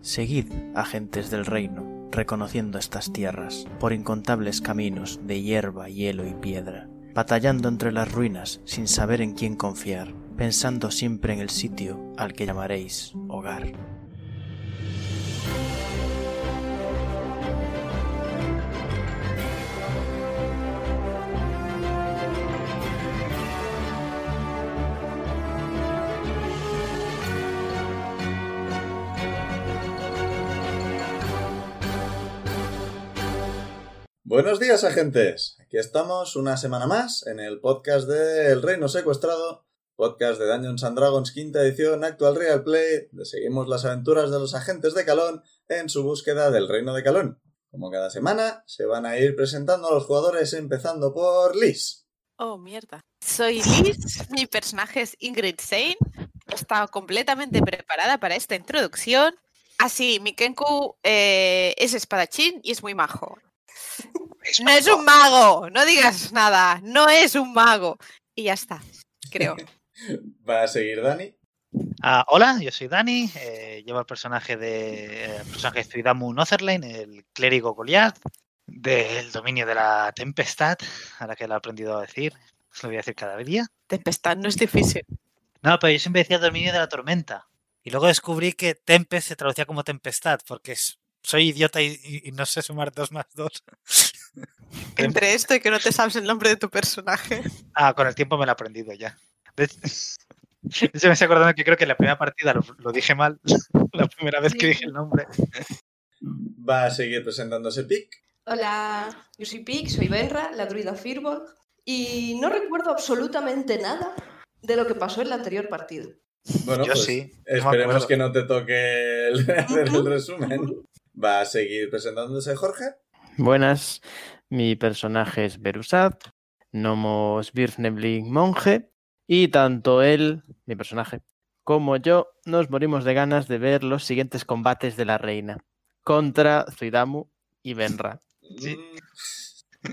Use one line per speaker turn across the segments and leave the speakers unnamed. Seguid, agentes del reino, reconociendo estas tierras, por incontables caminos de hierba, hielo y piedra, batallando entre las ruinas sin saber en quién confiar, pensando siempre en el sitio al que llamaréis hogar.
Buenos días, agentes. Aquí estamos una semana más en el podcast de El Reino Secuestrado, podcast de Dungeons and Dragons quinta edición Actual Real Play, donde seguimos las aventuras de los agentes de Calón en su búsqueda del Reino de Calón. Como cada semana, se van a ir presentando a los jugadores empezando por Liz.
Oh, mierda. Soy Liz, mi personaje es Ingrid Sein. He estado completamente preparada para esta introducción. Así, mi Kenku eh, es espadachín y es muy majo. No es un mago, no digas nada, no es un mago. Y ya está, creo.
¿Va a seguir Dani?
Ah, hola, yo soy Dani, eh, llevo el personaje de eh, el personaje de Zuidamu Notherlane, el clérigo Goliath, del dominio de la tempestad, ahora que lo he aprendido a decir, os lo voy a decir cada día.
Tempestad no es difícil.
No, pero yo siempre decía dominio de la tormenta. Y luego descubrí que Tempest se traducía como tempestad, porque es soy idiota y, y, y, no sé sumar dos más dos.
Entre esto y que no te sabes el nombre de tu personaje.
Ah, con el tiempo me lo he aprendido ya. De hecho, me estoy acordando que creo que en la primera partida lo, lo dije mal, la primera vez que dije el nombre.
Va a seguir presentándose Pic.
Hola, yo soy Pic, soy Benra, la druida Firbolg, y no recuerdo absolutamente nada de lo que pasó en la anterior partida.
Bueno,
yo
pues
sí.
Esperemos que no te toque el, hacer el resumen. ¿Va a seguir presentándose Jorge?
Buenas, mi personaje es Berusad, Nomos Svirfnebling monje, y tanto él, mi personaje, como yo nos morimos de ganas de ver los siguientes combates de la reina contra Zuidamu y Benra.
Sí.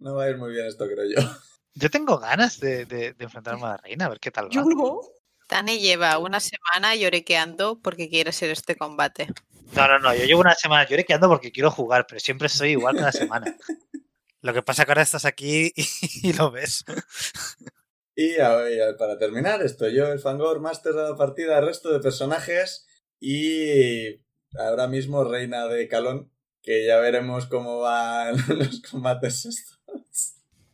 No va a ir muy bien esto, creo yo.
Yo tengo ganas de, de- de enfrentarme a la reina, a ver qué tal va.
Yo no.
Tane lleva una semana lloriqueando porque quiere ser este combate.
No, no, no, yo llevo una semana lloriqueando porque quiero jugar, pero siempre soy igual cada semana. Lo que pasa es que ahora estás aquí y, y lo ves.
Y a- y a- para terminar, estoy yo, el Fangor, máster de la partida, resto de personajes y ahora mismo reina de Calón, que ya veremos cómo van los combates estos.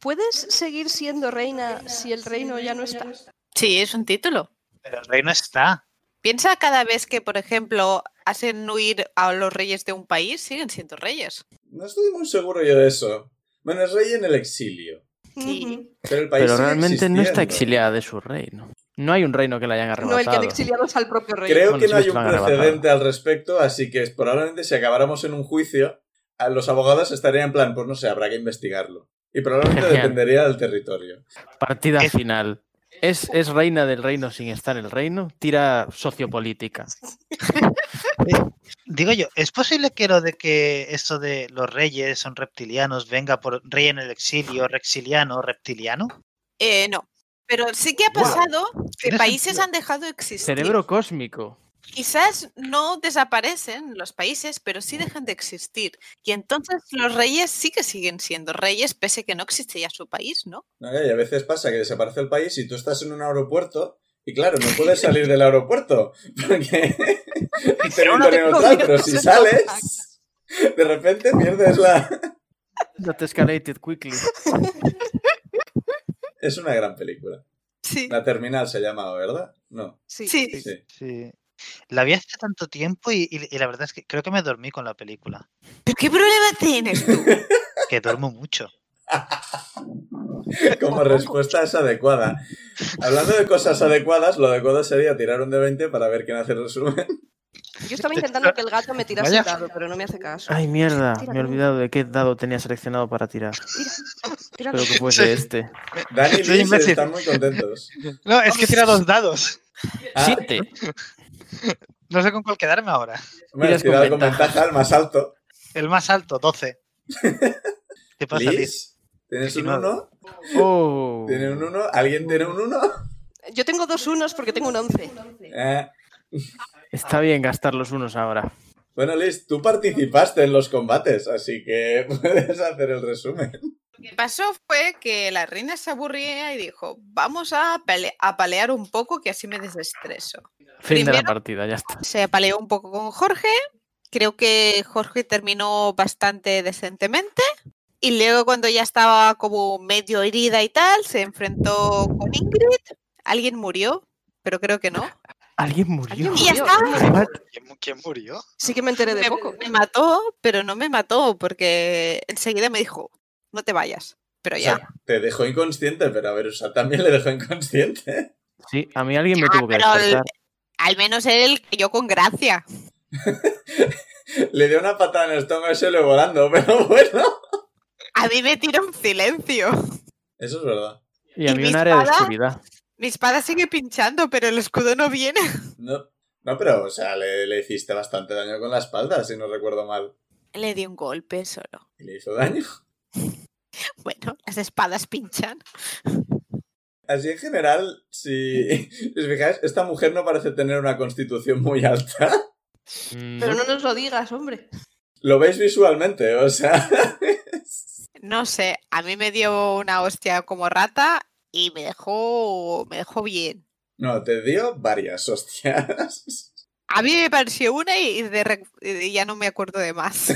¿Puedes seguir siendo reina si el reino ya no está?
Sí, es un título.
Pero el reino está.
Piensa cada vez que, por ejemplo, hacen huir a los reyes de un país, siguen siendo reyes.
No estoy muy seguro yo de eso. Bueno, es rey en el exilio,
Sí.
pero el país
Pero
sigue
realmente no está
existiendo.
exiliada de su reino. No hay un reino que la hayan
No, el que
arrebatado.
han exiliado es al propio rey.
Creo
Bueno,
que
sí
no
me
hay un
estaban arrebatando.
precedente al respecto, así que probablemente si acabáramos en un juicio, a los abogados estarían en plan, pues no sé, habrá que investigarlo. Y probablemente
Genial.
dependería del territorio.
Partida
Es-
final. Es, es reina del reino sin estar en el reino. Tira sociopolítica.
Digo yo, ¿es posible que lo de que eso de los reyes son reptilianos venga por rey en el exilio, rexiliano, reptiliano?
Eh, no. Pero sí que ha
Guau.
pasado que
Tiene
países
sentido.
han dejado de existir.
Cerebro cósmico.
Quizás no desaparecen los países, pero sí dejan de existir. Y entonces los reyes sí que siguen siendo reyes, pese a que no existe ya su país, ¿no?
¿no? Y a veces pasa que desaparece el país y tú estás en un aeropuerto y claro, no puedes salir del aeropuerto porque es territorio neutral, pero si sales, de repente pierdes la...
That escalated quickly.
Es una gran película.
Sí.
La terminal se llama, ¿verdad? No.
Sí.
Sí.
Sí.
Sí. La vi hace tanto tiempo y, y- y la verdad es que creo que me dormí con la película.
¿Pero qué problema tienes tú?
Que duermo mucho.
Como respuesta es adecuada. Hablando de cosas adecuadas, lo adecuado sería tirar un de 20 para ver quién hace el resumen.
Yo estaba intentando que el gato me tirase
Vaya.
el dado, pero no me hace caso.
Ay, mierda.
Tira,
Me he
tira.
olvidado de qué dado tenía seleccionado para tirar.
Tira-
Espero que fuese
Sí.
este.
Dani y
Soy
Liz
imbécil.
están muy contentos.
No, es que tira dos dados.
Ah,
Siete.
No sé con cuál quedarme ahora.
Hombre,
Tiras con
tirado con
ventaja.
ventaja, el más alto.
El más alto, 12. ¿Qué pasa, Liz?
Liz, ¿tienes un
19.
1?
Oh.
¿Tiene un 1? ¿Alguien tiene un 1?
Yo tengo dos unos porque tengo un once.
Eh,
Está bien gastar los unos ahora.
Bueno, Liz, tú participaste en los combates, así que puedes hacer el resumen.
Lo que pasó fue que la reina se aburría y dijo, vamos a, pale- a palear un poco que así me desestreso.
Fin de la
Primero-
partida, ya está.
Se paleó un poco con Jorge. Creo que Jorge terminó bastante decentemente. Y luego cuando ya estaba como medio herida y tal, se enfrentó con Ingrid. Alguien murió, pero creo que no.
Alguien murió.
¿Alguien
Y ya
murió?
está.
What?
¿Quién, mu- quién murió?
Sí que me enteré de
Me,
poco.
me mató, pero no me mató porque enseguida me dijo, no te vayas. Pero
O
ya.
sea, te dejó inconsciente, pero a ver, o sea, también le dejó inconsciente.
Sí, a mí alguien me
Ah,
tuvo que
pero el-
despertar.
Al menos él que yo con gracia.
Le dio una patada en el estómago y salió volando, pero bueno.
A mí me tira un silencio.
Eso es verdad.
Y a
¿y
mí
mi
un área de
espada?
oscuridad.
Mi espada sigue pinchando, pero el escudo no viene.
No, no pero, o sea, le, le hiciste bastante daño con la espalda, si no recuerdo mal.
Le di un golpe solo.
Y le hizo daño.
Bueno, las espadas pinchan.
Así en general, si, si os fijáis, esta mujer no parece tener una constitución muy alta.
Mm,
Pero no nos lo digas, hombre.
Lo veis visualmente, o sea.
No sé, a mí me dio una hostia como rata y me dejó, me dejó bien.
No, te dio varias hostias.
A mí me pareció una y, de re- y ya no me acuerdo de más.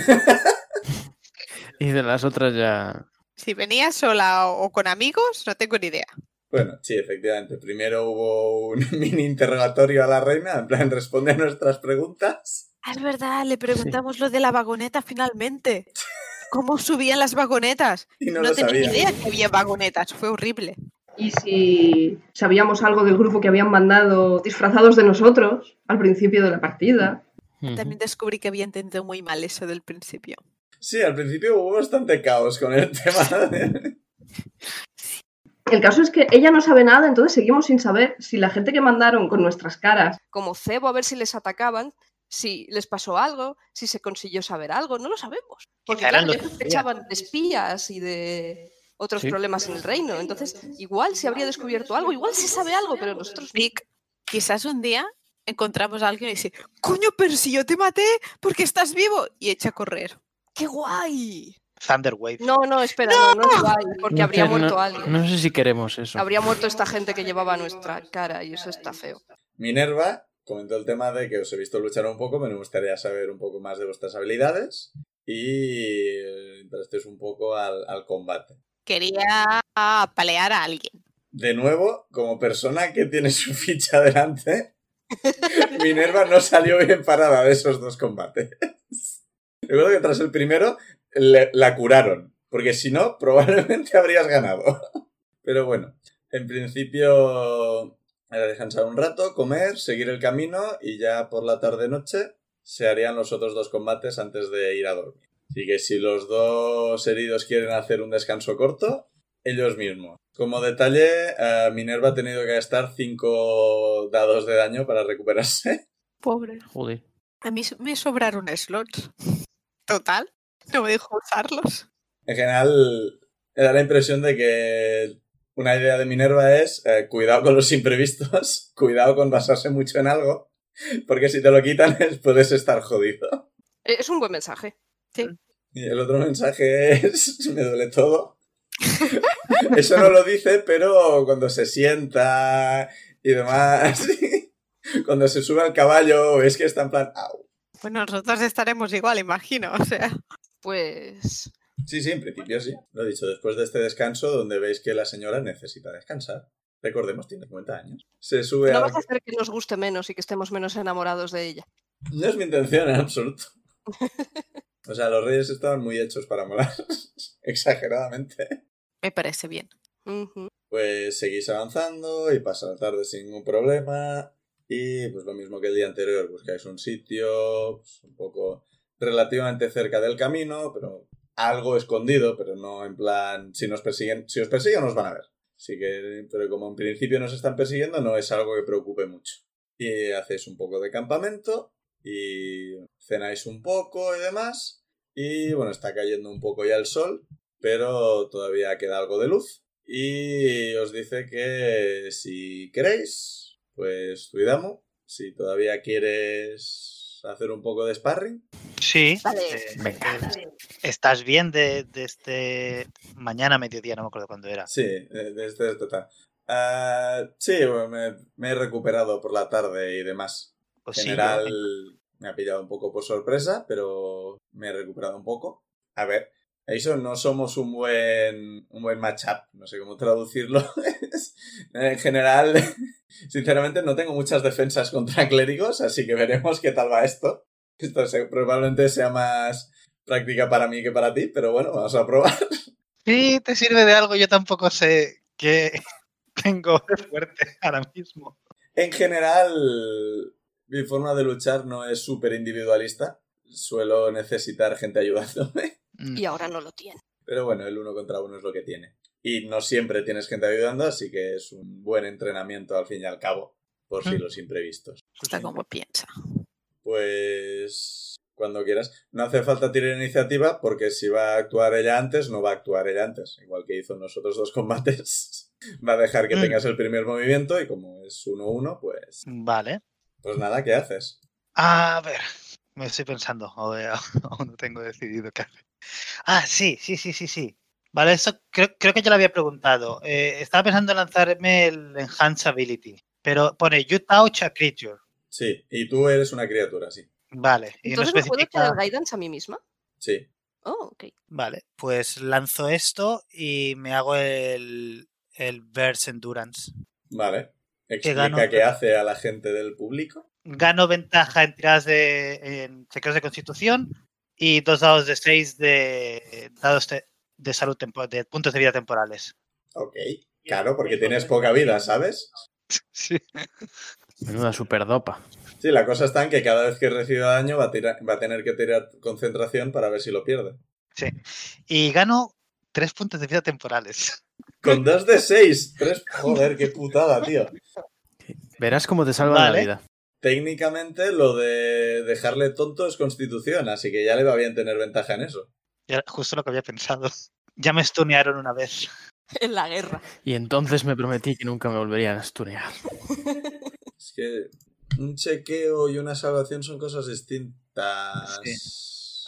Y de las otras ya.
Si venía sola o, o con amigos, no tengo ni idea.
Bueno, sí, efectivamente. Primero hubo un mini interrogatorio a la reina, en plan, responde a nuestras preguntas.
Ah, Es verdad, le preguntamos lo de la vagoneta finalmente. ¿Cómo subían las vagonetas?
Y no,
No,
lo
tenía ni
sabía.
idea que había vagonetas, fue horrible.
Y si sabíamos algo del grupo que habían mandado disfrazados de nosotros al principio de la partida.
También descubrí que había entendido muy mal eso del principio.
Sí, al principio hubo bastante caos con el tema. de-
El caso es que ella no sabe nada, entonces seguimos sin saber si la gente que mandaron con nuestras caras.
Como cebo a ver si les atacaban, si les pasó algo, si se consiguió saber algo, no lo sabemos. Porque
Quizá eran
claro,
los
ya sospechaban de espías y de otros
Sí.
problemas en el reino. Entonces, igual se habría descubierto algo, igual se sabe algo, pero nosotros no.
Nick, quizás un día encontramos a alguien y dice, coño, pero si yo te maté porque estás vivo y echa a correr. ¡Qué guay!
Thunderwave.
No, no, espera, no, no es guay, porque
No
habría
sé, no-
muerto alguien.
No sé si queremos eso.
Habría muerto esta gente que llevaba nuestra cara y eso está feo.
Minerva comentó el tema de que os he visto luchar un poco, pero me gustaría saber un poco más de vuestras habilidades y eh, entrasteis un poco al, al combate.
Quería palear a alguien.
De nuevo, como persona que tiene su ficha delante, Minerva no salió bien parada de esos dos combates. Recuerdo que tras el primero le- la curaron, porque si no, probablemente habrías ganado. Pero bueno, en principio era descansar un rato, comer, seguir el camino y ya por la tarde-noche se harían los otros dos combates antes de ir a dormir. Así que si los dos heridos quieren hacer un descanso corto, ellos mismos. Como detalle, eh, Minerva ha tenido que gastar 5 dados de daño para recuperarse.
Pobre.
Joder.
A mí me sobraron slots. Total. No me dejó usarlos.
En general, me da la impresión de que una idea de Minerva es eh, cuidado con los imprevistos, cuidado con basarse mucho en algo, porque si te lo quitan puedes estar jodido.
Eh, Es un buen mensaje.
Y el otro mensaje es, me duele todo. Eso no lo dice, pero cuando se sienta y demás, cuando se sube al caballo, es que está en plan, au.
Pues nosotros estaremos igual, imagino. O sea,
Pues
Sí, sí, en principio sí. Lo dicho, después de este descanso, donde veis que la señora necesita descansar. Recordemos, tiene 50 años. Se sube
no
a...
vas a hacer que nos guste menos y que estemos menos enamorados de ella.
No es mi intención en absoluto. O sea, los reyes estaban muy hechos para molar. Exageradamente.
me parece bien.
Ujú.
Pues seguís avanzando y pasa la tarde sin ningún problema. Y pues lo mismo que el día anterior, buscáis un sitio pues, un poco relativamente cerca del camino, pero algo escondido, pero no en plan si nos persiguen, si os persiguen nos van a ver. Así que, pero como en principio nos están persiguiendo, no es algo que preocupe mucho. Y hacéis un poco de campamento y cenáis un poco y demás. Y bueno, está cayendo un poco ya el sol, pero todavía queda algo de luz. Y os dice que si queréis, pues Zuidamu Si todavía quieres hacer un poco de sparring.
Sí.
Vale.
eh,
Venga.
eh, ¿Estás bien de, de este mañana, mediodía? No me acuerdo cuándo era.
Sí, eh, desde total. Ah, sí, bueno, me, me he recuperado por la tarde y demás.
Pues
En
sí,
general
yo-
me ha pillado un poco por sorpresa, pero me he recuperado un poco. A ver, eso no somos un buen un buen matchup, no sé cómo traducirlo. en general, sinceramente no tengo muchas defensas contra clérigos, así que veremos qué tal va esto. Esto se- probablemente sea más práctica para mí que para ti, pero bueno, vamos a probar.
Sí, te sirve de algo. Yo tampoco sé qué tengo de fuerte ahora mismo.
En general, mi forma de luchar no es súper individualista. Suelo necesitar gente ayudándome.
Mm,
Y ahora no lo tiene.
Pero bueno, el uno contra uno es lo que tiene. Y no siempre tienes gente ayudando, así que es un buen entrenamiento al fin y al cabo, por si
Ujú.
los imprevistos.
Está como piensa.
Pues cuando quieras. No hace falta tirar iniciativa porque si va a actuar ella antes, no va a actuar ella antes. Igual que hizo en los otros dos combates. Va a dejar que
Mm.
tengas el primer movimiento y como es 1-1, pues,
Vale.
pues nada, ¿qué haces?
A ver, me estoy pensando. o- eh, Aún no tengo decidido qué hacer. Ah, sí, sí, sí, sí, sí. Vale, eso creo, creo que ya lo había preguntado. Eh, estaba pensando en lanzarme el Enhance Ability, pero pone You Touch a Creature.
Sí, y tú eres una criatura, sí.
Vale. y no
Entonces no puedo
especifica-
tirar guidance a mí misma.
Sí.
Oh, ok.
Vale, pues lanzo esto y me hago el, el Burst Endurance.
Vale.
gano
Explica qué
otra.
hace a la gente del público.
Gano ventaja en tiradas de en chequeos de constitución y dos dados de 6 de dados de, de salud tempo- de puntos de vida temporales.
Ok. Claro, porque tienes poca vida, ¿sabes?
Sí.
Menuda superdopa.
Sí, la cosa está en que cada vez que reciba daño va a, tira- va a tener que tirar concentración para ver si lo pierde.
Y gano 3 puntos de vida temporales.
Con dos de seis. Tres. Joder, qué putada, tío.
Verás cómo te salvan
Vale.
la vida.
Técnicamente lo de dejarle tonto es constitución, así que ya le va bien tener ventaja en eso.
Ya- justo lo que había pensado. Ya me stunearon una vez.
En la guerra.
Y entonces me prometí que nunca me volverían a stunear.
Es que un chequeo y una salvación son cosas distintas.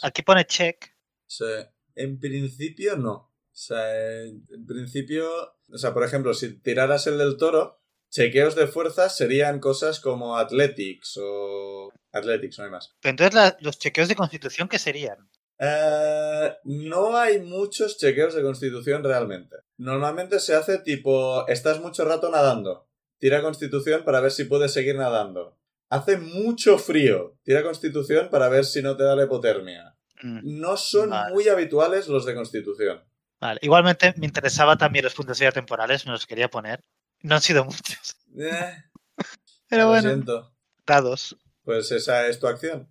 Aquí pone check.
O sea, en principio no. O sea, en en principio, o sea, por ejemplo, si tiraras el del toro, chequeos de fuerza serían cosas como athletics o athletics, no hay más.
Pero Entonces la- los chequeos de constitución, ¿qué serían?
Eh, no hay muchos chequeos de constitución realmente. Normalmente se hace tipo, estás mucho rato nadando, tira constitución para ver si puedes seguir nadando. Hace mucho frío, tira constitución para ver si no te da la hipotermia.
Mm.
No son
Vale.
muy habituales los de constitución.
Vale, Igualmente me interesaba también los puntos de vida temporales, me los quería poner. No han sido muchos,
Eh,
pero
lo
bueno,
siento.
dados.
Pues esa es tu acción.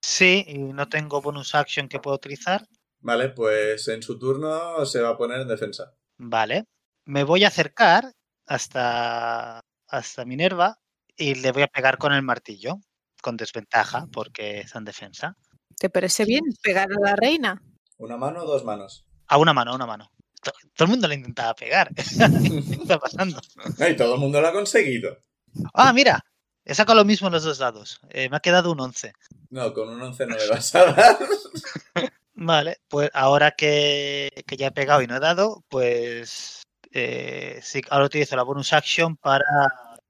Sí, y no tengo bonus action que puedo utilizar.
Vale, pues en su turno se va a poner en defensa.
Vale. Me voy a acercar hasta, hasta Minerva y le voy a pegar con el martillo, con desventaja, porque está en defensa.
¿Te parece bien pegar a la reina?
Una mano o dos manos.
A una mano, a una mano. To- Todo el mundo le intentaba pegar. ¿Qué está pasando?
Y todo el mundo lo ha conseguido.
Ah, mira. He sacado lo mismo en los dos lados. Eh, me ha quedado un 11.
No, con un 11 no le vas a dar.
Vale, pues ahora que, que ya he pegado y no he dado, pues eh, sí, ahora utilizo la bonus action para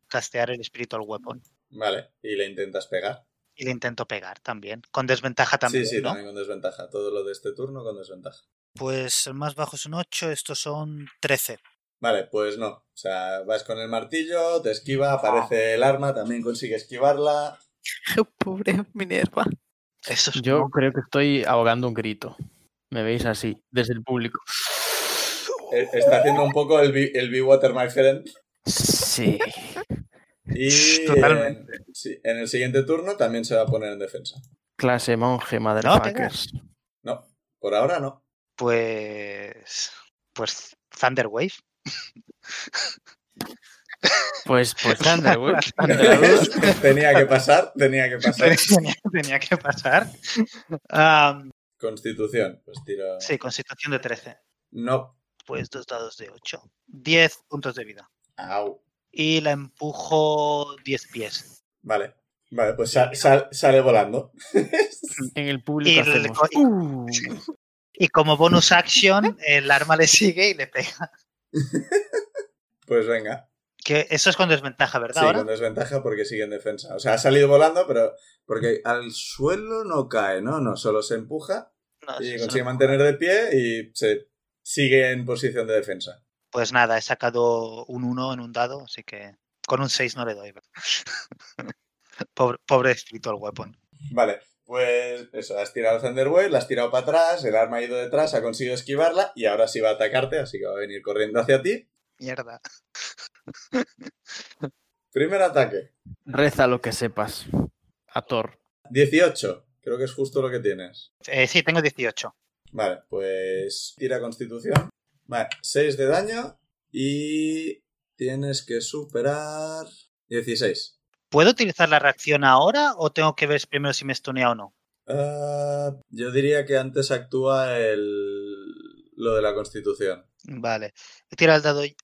castear el Spiritual Weapon.
Vale, y le intentas pegar.
Y le intento pegar también, con desventaja también,
sí, sí,
¿no?
también con desventaja. Todo lo de este turno con desventaja.
Pues el más bajo es un 8, estos son 13.
Vale, pues no. O sea, vas con el martillo, te esquiva, aparece el arma, también consigue esquivarla.
Pobre Minerva.
Eso es
Yo creo que estoy ahogando un grito. Me veis así, desde el público.
E- Está haciendo un poco el, Be- el Be Water My Friend.
Sí.
Y
Totalmente.
En, sí, en el siguiente turno también se va a poner en defensa.
Clase monje, motherfuckers.
No, por ahora no.
pues pues Thunder Wave.
Pues, pues, Thunder, güey. Thunder, güey.
tenía que pasar, tenía que pasar.
Tenía, tenía que pasar. Ah,
Constitución, pues tiro.
sí, con situación de 13.
No.
Pues dos dados de 8. 10 puntos de vida.
Au.
y la empujo 10 pies.
Vale. Vale, pues sal- sal- sale volando.
En el público
Y, le-
hacemos. Uh.
y- y como bonus action, el arma le sigue y le pega.
Pues venga.
Que eso es con desventaja, ¿verdad?
Sí,
ahora?
con desventaja porque sigue en defensa. O sea, ha salido volando, pero. Porque al suelo no cae, ¿no? No, solo se empuja
No,
y
eso
consigue
no.
mantener de pie y se sigue en posición de defensa.
Pues nada, he sacado un 1 en un dado, así que con un 6 no le doy. pobre, pobre Spiritual Weapon.
Vale, pues eso, has tirado Thunderbolt, la has tirado para atrás, el arma ha ido detrás, ha conseguido esquivarla y ahora sí va a atacarte, así que va a venir corriendo hacia ti.
Mierda.
Primer ataque,
Reza lo que sepas. A Thor.
18, creo que es justo lo que tienes.
Eh, sí, tengo 18.
Vale, pues tira Constitución. Vale, 6 de daño y tienes que superar 16.
¿Puedo utilizar la reacción ahora o tengo que ver primero si me estunea o no?
Ah, yo diría que antes actúa el... lo de la Constitución.
Vale. He tirado el dado. y-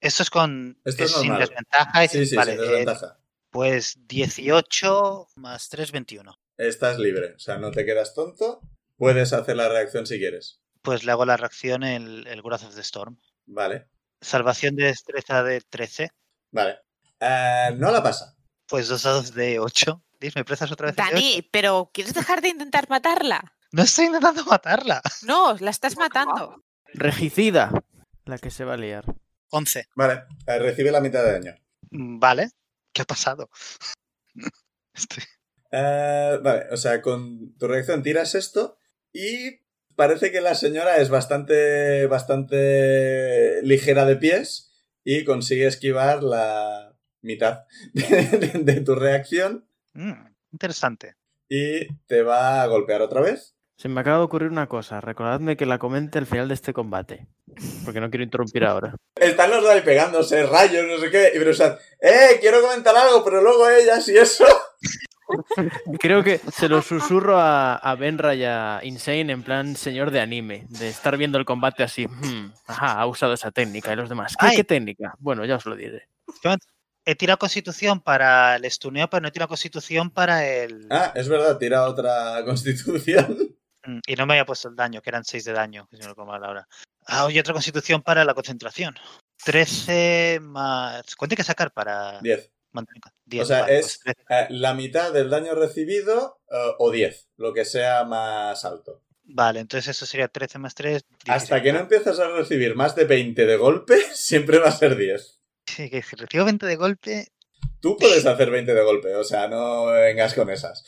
Esto es con.
Esto es
sin
normal.
desventaja. es-
Sí, sí,
vale,
sin
eh,
desventaja.
pues 18 más 3, 21.
Estás libre, o sea, no te quedas tonto. Puedes hacer la reacción si quieres.
Pues le hago la reacción el, el Wrath of the Storm.
Vale,
Salvación de destreza de 13.
vale. Ah, no la pasa.
Pues dos dados de 8. Diz, ¿me prestas otra vez? el de ocho?
Dani, pero ¿quieres dejar de intentar matarla?
No estoy intentando matarla.
No, la estás matando.
Regicida. La que se va a liar.
11.
Vale, eh, recibe la mitad de daño.
Mm, Vale. ¿Qué ha pasado? Estoy-
Ah, vale, o sea, con tu reacción tiras esto y parece que la señora es bastante, bastante ligera de pies y consigue esquivar la mitad de- de tu reacción
Mm, interesante.
y te va a golpear otra vez.
Se me acaba de ocurrir una cosa. Recordadme que la comente al final de este combate. Porque no quiero interrumpir ahora.
Están los dos ahí pegándose, rayos, no sé qué. Y Brusat, ¡eh! Quiero comentar algo, pero luego ellas y eso.
Creo que se lo susurro a, a Benra y a Insane en plan señor de anime. De estar viendo el combate así. "Hmm, ajá, ha usado esa técnica. Y los demás. ¿Qué,
Ay.
qué técnica? Bueno, ya os lo diré.
He tirado constitución para el estuneo, pero no he tirado constitución para el.
Ah, es verdad, tira otra constitución.
Mm, Y no me había puesto el daño, que eran 6 de daño, que si no lo como ahora. Ah, y otra constitución para la concentración. 13 más. ¿Cuánto hay que sacar para
10.
mantener con- 10,
sea,
vale,
es-
pues 13.
Eh, la mitad del daño recibido eh, o 10, lo que sea más alto.
Vale, entonces eso sería 13 más 3.
Hasta que no empiezas a recibir más de 20 de golpe, siempre va a ser 10.
Sí, que si recibo 20 de golpe.
Tú puedes hacer 20 de golpe, o sea, no vengas con esas.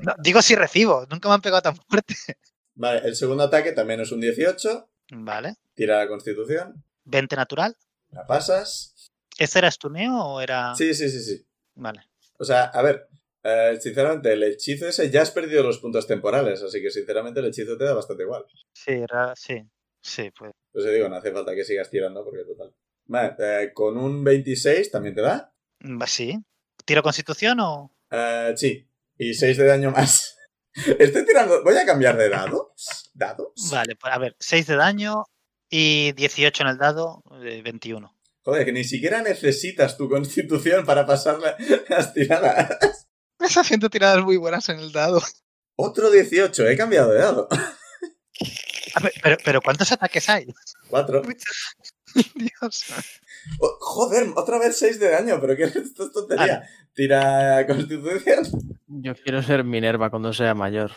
No, digo si recibo, nunca me han pegado tan fuerte.
Vale, el segundo ataque también es un 18.
Vale.
Tira la constitución,
20 natural.
la pasas.
¿Este era estuneo o era.?
Sí, sí, sí, sí.
Vale.
O sea, a ver, eh, sinceramente, el hechizo ese ya has perdido los puntos temporales, así que sinceramente el hechizo te da bastante igual.
Sí, ra- sí. Sí, pues.
Pues te digo, no hace falta que sigas tirando porque total. Vale, eh, con un 26 también te da.
Mm, Sí. ¿Tiro constitución o.?
Eh, sí, y 6 de daño más. Estoy tirando. Voy a cambiar de dado. ¿Dado?
Vale, pues a ver, 6 de daño y 18 en el dado, eh, 21.
Joder, que ni siquiera necesitas tu constitución para pasar la- las tiradas.
Estás haciendo tiradas muy buenas en el dado.
Otro 18, he cambiado de dado.
pero, pero ¿cuántos ataques hay?
4.
Dios.
Oh, joder, otra vez 6 de daño, pero que esto es tontería. Tira constitución.
Yo quiero ser Minerva cuando sea mayor.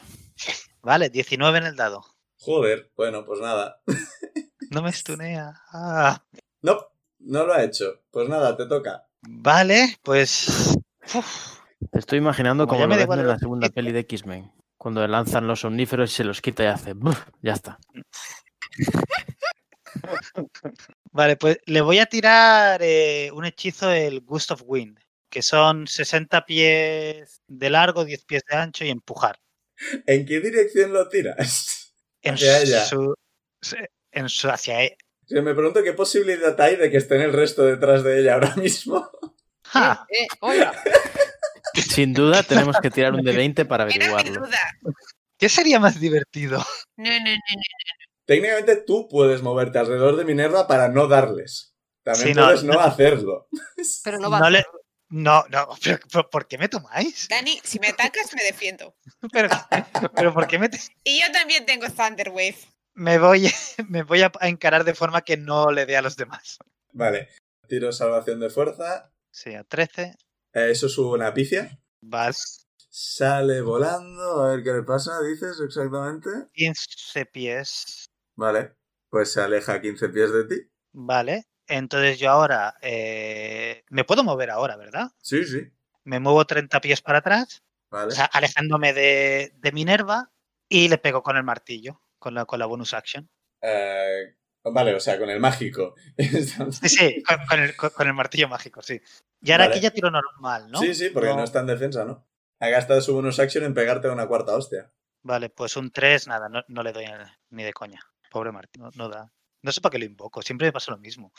Vale, 19 en el dado.
Joder, bueno, pues nada.
No me estunea. Ah.
No, no lo ha hecho. Pues nada, te toca.
Vale, pues. uf,
Te estoy imaginando
Como
como, lo ves
ya me da igual
en
el
la segunda
objetivo.
peli de X-Men. Cuando lanzan los omníferos y se los quita y hace. "Buf", Ya está.
Vale, pues le voy a tirar eh, un hechizo, el Gust of Wind, que son 60 pies de largo, 10 pies de ancho y empujar.
¿En qué dirección lo tiras?
En
Hacia ella.
su. se- En su, hacia e-
Yo me pregunto qué posibilidad hay de que estén el resto detrás de ella ahora mismo.
¡Ja!
Eh,
oh,
hola.
Sin duda tenemos que tirar un de 20 para
Era mi
averiguarlo.
duda.
¿Qué sería más divertido?
No, no, no, no.
Técnicamente tú puedes moverte alrededor de Minerva para no darles. También
Sí, no,
puedes no,
no-
hacerlo.
Pero no
No,
va a
le, No, no, pero, pero ¿por qué me tomáis?
Dani, si me atacas, me defiendo.
Pero, pero ¿por qué me, te-
Y yo también tengo Thunder Wave.
me voy, me voy a a encarar de forma que no le dé a los demás?
Vale. Tiro salvación de fuerza.
Sí, a 13.
Eh, eso es una picia.
Vale.
Sale volando. A ver qué le pasa, dices exactamente.
15 pies.
Vale. Pues se aleja 15 pies de ti.
Vale. Entonces yo ahora. eh, me puedo mover ahora, ¿verdad?
Sí, sí.
Me muevo 30 pies para atrás, o
Vale.
sea, alejándome de, de Minerva y le pego con el martillo, con la, con la bonus action.
Eh, vale, o sea, con el mágico.
Sí, sí, con, con el, con- con el martillo mágico, sí. Y ahora
Vale.
aquí ya tiro normal, ¿no?
Sí, sí, porque no. está en defensa, ¿no? Ha gastado su bonus action en pegarte una cuarta hostia.
Vale, pues un 3, nada, no, no le doy a- ni de coña. Pobre Martín, no, no da. No sé para qué lo invoco, siempre me pasa lo mismo.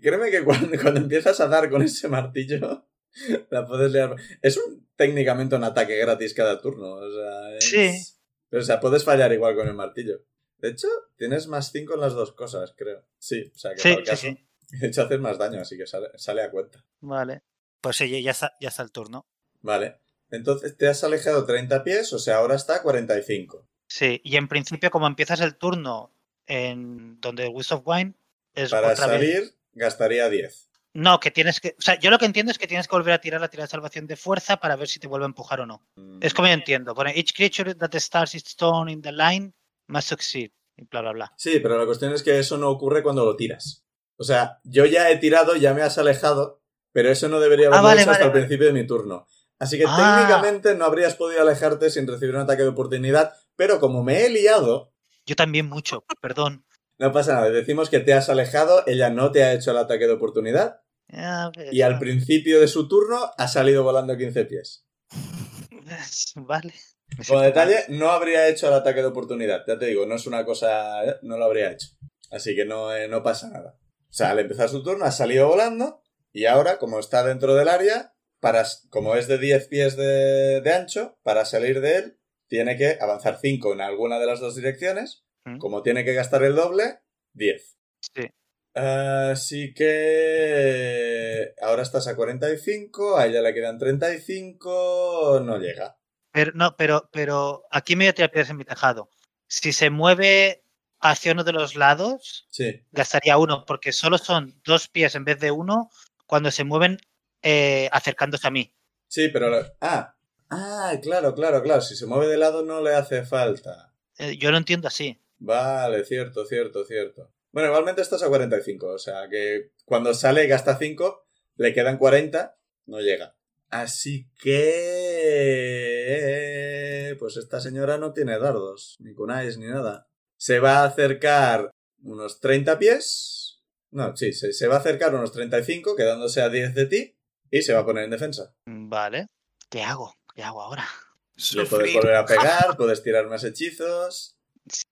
Créeme que cuando, cuando empiezas a dar con ese martillo, la puedes liar. Es un, técnicamente un ataque gratis cada turno. O sea, es-
Sí.
Pero, o sea, puedes fallar igual con el martillo. De hecho, tienes más 5 en las dos cosas, creo. Sí, o sea, que
Sí,
para el
sí,
caso.
sí.
De hecho, haces más daño, así que sale, sale a cuenta.
Vale. Pues sí, ya- ya está, ya está el turno.
Vale. Entonces te has alejado 30 pies, o sea, ahora está a 45.
Sí, y en principio, como empiezas el turno en donde el Wist of Wine es
Para
otra vez.
salir, gastaría 10.
No, que tienes que. O sea, yo lo que entiendo es que tienes que volver a tirar la tirada de salvación de fuerza para ver si te vuelve a empujar o no.
Mm,
Es como yo entiendo. Pone each creature that starts its turn in the line must succeed. Y bla, bla, bla.
Sí, pero la cuestión es que eso no ocurre cuando lo tiras. O sea, yo ya he tirado, ya me has alejado, pero eso no debería haberlo
Ah, vale,
hecho hasta
vale,
el
vale.
principio de mi turno. Así que
Ah.
técnicamente no habrías podido alejarte sin recibir un ataque de oportunidad, pero como me he liado,
Yo también mucho, perdón.
no pasa nada. Decimos que te has alejado, ella no te ha hecho el ataque de oportunidad,
A ver,
y al
a-
principio de su turno ha salido volando 15 pies.
Vale. Me siento
Como
mal.
detalle, no habría hecho el ataque de oportunidad. Ya te digo, no es una cosa. No lo habría hecho. Así que no, eh, no pasa nada. O sea, al empezar su turno ha salido volando. Y ahora, como está dentro del área, para, s- como es de 10 pies de, de ancho, para salir de él, tiene que avanzar 5 en alguna de las dos direcciones.
¿Mm?
Como tiene que gastar el doble, 10.
Sí.
Así que. Ahora estás a 45, a ella le quedan 35, no llega.
Pero, no, pero, pero aquí me voy a tirar piedras en mi tejado. Si se mueve hacia uno de los lados,
Sí.
gastaría uno, porque solo son dos pies en vez de uno cuando se mueven eh, acercándose a mí.
Sí, pero... lo- Ah, ah, claro, claro, claro. Si se mueve de lado no le hace falta.
Eh, yo lo entiendo así.
Vale, cierto, cierto, cierto. Bueno, igualmente estás a 45, o sea que cuando sale gasta 5, le quedan 40, no llega. Así que... Pues esta señora no tiene dardos, ni kunais, ni nada. Se va a acercar unos 30 pies. No, sí, se, se va a acercar unos 35, quedándose a 10 de ti, y se va a poner en defensa.
Vale. ¿Qué hago? ¿Qué hago ahora?
Le puedes volver a pegar, puedes tirar más hechizos.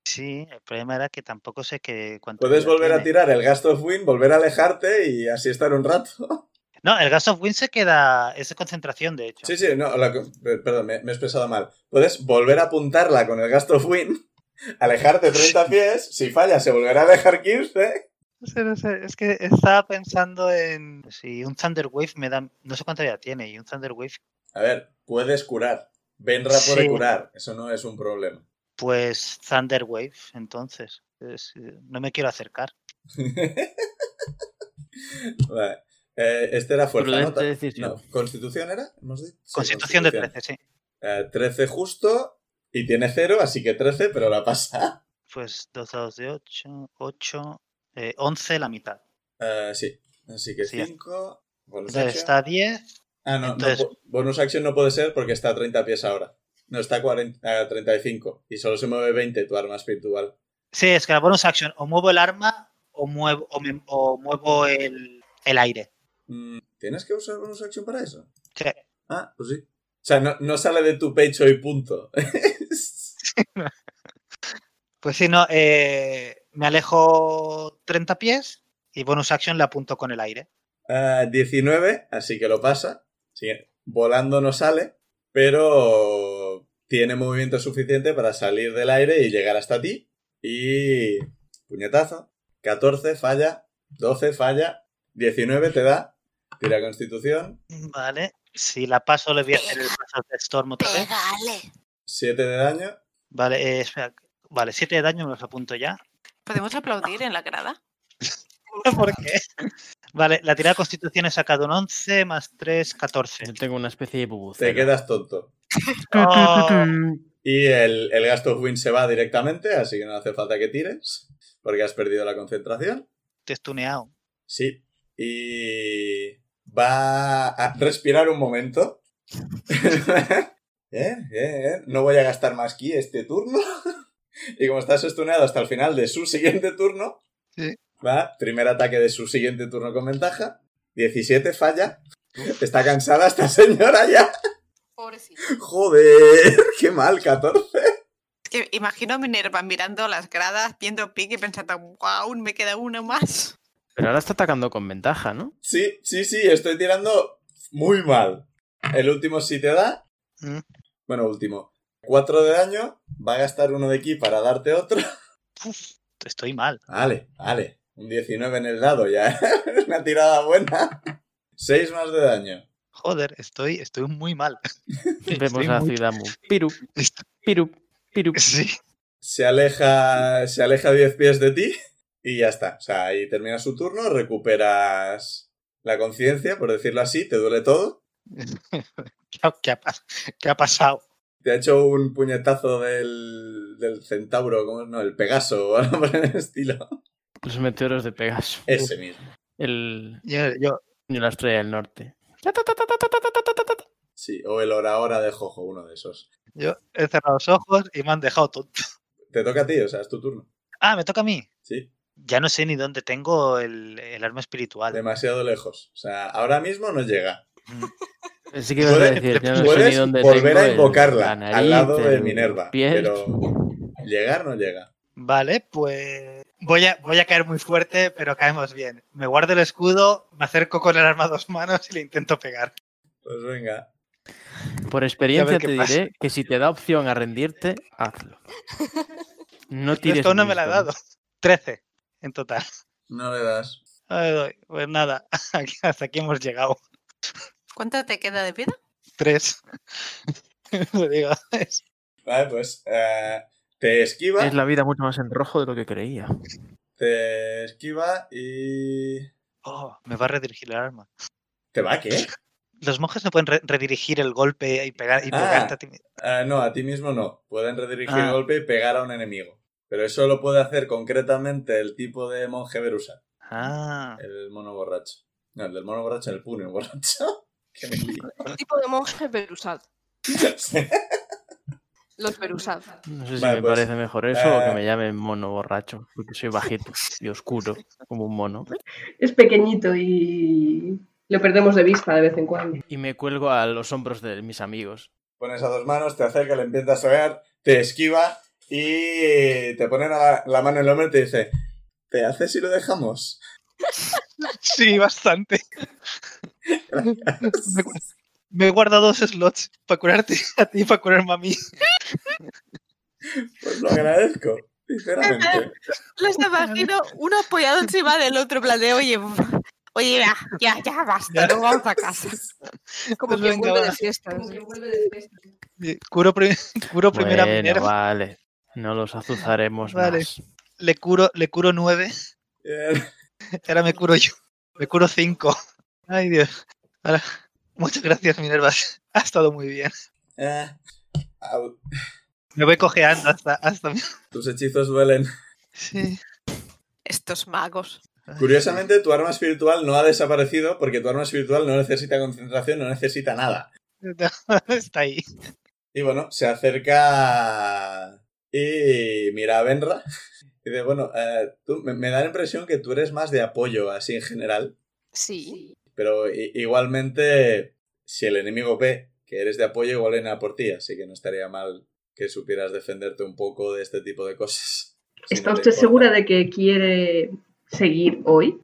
Sí, el problema era que tampoco sé que cuánto.
Puedes
vida
volver a
tiene.
tirar el gasto of win, volver a alejarte y así estar un rato.
No, el Gas of Wind se queda. Es de concentración, de hecho.
Sí, sí, no, la- per- perdón, me, me he expresado mal. Puedes volver a apuntarla con el gasto of win, alejarte 30 pies, si falla se volverá a alejar 15.
No sé, no sé, Es que estaba pensando en. Si un Thunder Wave me da. No sé cuánta vida tiene. Y un Thunder Wave.
A ver, puedes curar. Benra puede
Sí.
curar, eso no es un problema.
Pues Thunder Wave, entonces. Es, eh, no me quiero acercar.
vale. Eh, este era fuerza, ¿no?
Prudente decisión.
No, ¿Constitución era? ¿Hemos dicho? Sí,
Constitución de 13, sí.
Eh, 13 justo y tiene 0, así que 13, pero la pasa.
Pues 2 dados de 8, 8, 11, la mitad.
Eh, sí, así que
Sí.
5. Bonus
Entonces
action.
está a 10.
Ah, no, no
entonces-
po- bonus action no puede ser porque está a 30 pies ahora. No, está a, 40, a 35 y solo se mueve 20 tu arma espiritual.
Sí, es que la bonus action o muevo el arma o muevo, o me- o muevo el, el aire.
Mm, ¿Tienes que usar bonus action para eso?
Sí.
Ah, pues sí. O sea, no, no sale de tu pecho y punto.
Pues sí, no, eh, me alejo 30 pies y bonus action la apunto con el aire.
Ah, 19, así que lo pasa. Sí, volando no sale, pero tiene movimiento suficiente para salir del aire y llegar hasta ti. Y... Puñetazo. 14, falla. 12, falla. 19 te da. Tira constitución.
Vale. Si la paso, le voy a hacer el paso de Storm otra vez.
Pégale.
7 de daño.
Vale, eh, espera. Vale, 7 de daño me los apunto ya.
¿Podemos aplaudir en la grada?
¿Por qué? Vale, la tirada de constitución he sacado un 11 más 3, 14.
Yo tengo una especie de bubuceo.
Te quedas tonto.
Oh,
Y el, el gasto of win se va directamente, así que no hace falta que tires, porque has perdido la concentración.
te he stuneado.
Sí. Y va a respirar un momento. Bien, bien, bien. No voy a gastar más ki este turno. Y como estás estuneado hasta el final de su siguiente turno,
Sí.
va, primer ataque de su siguiente turno con ventaja. 17 falla. Está cansada esta señora ya.
Pobrecito.
Joder, qué mal, 14.
Es que imagino a Minerva mirando las gradas, viendo pique y pensando, wow, me queda uno más.
Pero ahora está atacando con ventaja, ¿no?
Sí, sí, sí, estoy tirando muy mal. El último sí te da,
Mm.
Bueno, último. 4 de daño, va a gastar uno de ki para darte otro.
Uf, estoy mal.
Vale, vale. Un 19 en el dado ya. Una tirada buena. 6 más de daño.
Joder, estoy, estoy muy mal.
Vemos
Estoy
a
muy-
Cidamu. Piru, piru, piru.
Sí.
Se aleja, se aleja 10 pies de ti y ya está. O sea, ahí termina su turno, recuperas la conciencia, por decirlo así, te duele todo.
¿Qué ha, qué ha pas- qué ha pasado?
Te ha hecho un puñetazo del, del centauro, ¿cómo? no, el Pegaso o algo por el estilo.
Los meteoros de Pegaso.
Ese mismo.
El,
Yo, yo-
yo la estrella del norte.
Sí, o el Hora Hora de Jojo, uno de esos.
yo he cerrado los ojos y me han dejado tonto.
Te toca a ti, o sea, es tu turno.
Ah, me toca a mí.
Sí.
Ya no sé ni dónde tengo el, el arma espiritual.
demasiado lejos. O sea, ahora mismo no llega.
Pensé que ibas a
Puedes-
decir, yo no sé
puedes
ni dónde
volver
tengo
a
el-
invocarla
la
al
nariz,
lado de
el
Minerva,
pie.
pero- Llegar no llega.
Vale, pues voy a, voy a caer muy fuerte, pero caemos bien. Me guardo el escudo, me acerco con el arma a dos manos y le intento pegar.
Pues venga.
Por experiencia
qué
te
pasa.
diré que si te da opción a rendirte, hazlo. No tires
Esto no me la ha
listo.
dado. 13 en total.
No le das.
No le doy. Pues nada, aquí- hasta aquí hemos llegado.
¿Cuánto te queda de vida?
Tres. Lo digo, es-
Vale, pues eh, te esquiva.
Es la vida mucho más en rojo de lo que creía.
Te esquiva y.
Oh, me va a redirigir el arma.
¿Te va qué?
Los monjes no pueden re- redirigir el golpe y, pegar, y
Ah.
pegarte a ti mismo.
Ah, no, a ti mismo no. Pueden redirigir
Ah.
el golpe y pegar a un enemigo. Pero eso lo puede hacer concretamente el tipo de monje Berusa,
Ah,
el mono borracho. No, el del mono borracho, el pune borracho. Que me lío.
El tipo de monje Berusad. Los Berusad.
No sé si
Vale,
me
pues,
parece mejor eso o
eh,
que me llamen mono borracho, porque soy bajito y oscuro como un mono.
Es pequeñito y lo perdemos de vista de vez en cuando.
Y me cuelgo a los hombros de mis amigos.
Pones a dos manos, te acerca, le intentas pegar, te esquiva y te ponen a la, la mano en el hombro y te dice, ¿te haces si lo dejamos?
sí, bastante. Me gu- Me he guardado dos slots para curarte a ti y para curarme a mí.
Pues lo agradezco, sinceramente.
Los imagino uno apoyado encima del otro, en plan de, oye, oye, ya, ya, ya basta, no vamos a casa.
Como
Pues
quien
venga,
vuelve
va.
de fiesta.
Eh, Curo, pri- curo primera
Bueno,
minera,
vale. No los azuzaremos
Vale.
más.
le curo, le curo nueve,
Bien.
ahora me curo yo, me curo cinco. Ay Dios. Ahora, muchas gracias, Minerva. Ha estado muy bien.
Eh, au,
Me voy cojeando hasta, hasta mi-
tus hechizos duelen.
Sí.
Estos magos.
Ay,
Curiosamente, tu arma espiritual no ha desaparecido porque tu arma espiritual no necesita concentración, no necesita nada.
Está ahí.
Y bueno, se acerca y mira a Benra. Y dice, bueno, eh, tú- me- me da la impresión que tú eres más de apoyo así en general.
Sí.
Pero i- igualmente, si el enemigo ve que eres de apoyo, igual viene a por ti, así que no estaría mal que supieras defenderte un poco de este tipo de cosas. si no
¿Está
te
usted
importa.
segura de que quiere seguir hoy?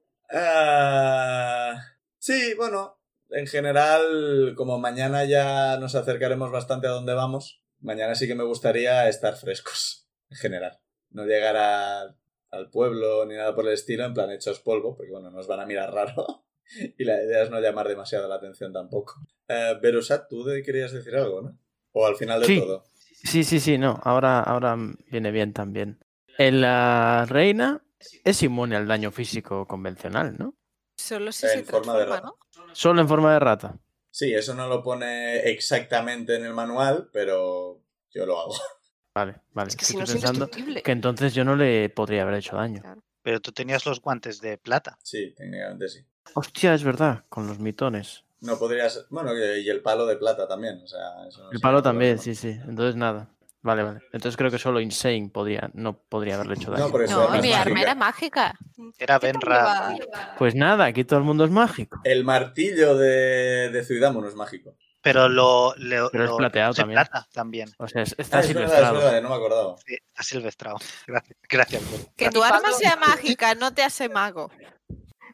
Ah, sí, bueno, en general, como mañana ya nos acercaremos bastante a donde vamos, mañana sí que me gustaría estar frescos, en general. No llegar a- al pueblo ni nada por el estilo, en plan hechos polvo, porque bueno, nos van a mirar raro. Y la idea es no llamar demasiado la atención tampoco. Eh, Berusat, tú de- querías decir algo, ¿no? O al final de
Sí.
todo.
Sí, sí, sí, no. Ahora, ahora viene bien también. En la reina es inmune al daño físico convencional, ¿no?
Solo si
En
se
forma de
transforma,
rata.
¿no?
Solo en forma de rata.
Sí, eso no lo pone exactamente en el manual, pero yo lo hago.
Vale, vale.
Es que si
Estoy
no es
pensando
indestructible.
que entonces yo no le podría haber hecho daño.
Pero tú tenías los guantes de plata.
Sí, técnicamente sí.
Hostia, es verdad, con los mitones.
No podrías. Bueno, y el palo de plata también. O sea, eso no
El
sería
palo
problema.
también, sí, sí. Entonces nada. Vale, vale. Entonces creo que solo Insane podría, no podría haberle hecho
No,
daño.
porque Eso
No,
además
mi
es
arma era mágica.
Era
¿Qué tal
Benra.
lleva-
Pues nada, aquí todo el mundo es mágico.
El martillo de, de Zuidamu no es mágico.
Pero lo. lo-
Pero es
lo-
plateado
de
también.
plata también.
O sea, es-
Ah,
está
es verdad, es
silvestrado.
verdad, no me acordaba.
Sí, Está silvestrado. Gracias. Gracias. Bru.
Que tu arma sea mágica no te hace mago.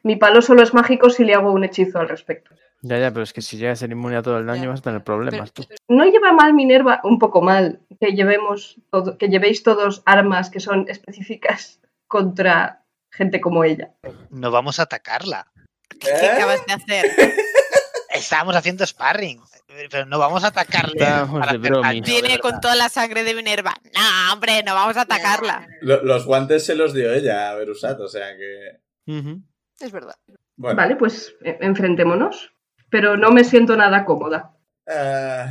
Mi palo solo es mágico si le hago un hechizo al respecto.
Ya, ya, pero es que si llegas a ser inmune a todo el daño
Ya.
vas a tener problemas tú.
No lleva mal Minerva, un poco mal, que llevemos todo- que llevéis todos armas que son específicas contra gente como ella.
No vamos a atacarla.
¿Qué
¿Eh?
acabas de hacer?
Estábamos haciendo sparring. Pero no vamos a atacarle.
Estábamos
para
de
hacer
bromi.
daño, de
Viene con
verdad.
toda la sangre de Minerva. No, hombre, no vamos a atacarla.
Lo- los guantes se los dio ella a Berusat, o sea que.
Ujú.
Es verdad.
Bueno.
Vale, pues eh, enfrentémonos. Pero no me siento nada cómoda.
Eh,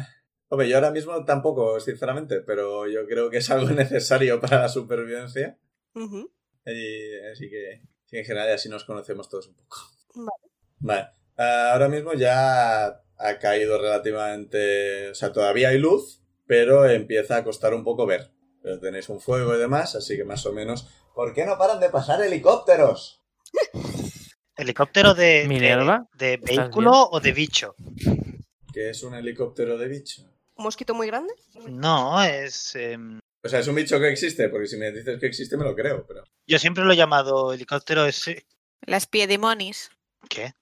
hombre, yo ahora mismo tampoco, sinceramente, pero yo creo que es algo necesario para la supervivencia.
Ujú.
Y, así que, sí, en general, así nos conocemos todos un poco.
Vale.
Vale. Eh, ahora mismo ya ha caído relativamente. O sea, todavía hay luz, pero empieza a costar un poco ver. Pero tenéis un fuego y demás, así que más o menos. ¿Por qué no paran de pasar helicópteros?
¿Helicóptero de,
Minerva,
de, de
¿estás
vehículo o de bicho?
Que es un helicóptero de bicho.
¿Un mosquito muy grande?
No, es. em,
O sea, es un bicho que existe, porque si me dices que existe me lo creo, pero.
yo siempre lo he llamado helicóptero. Es,
Las piedemonis.
¿Qué?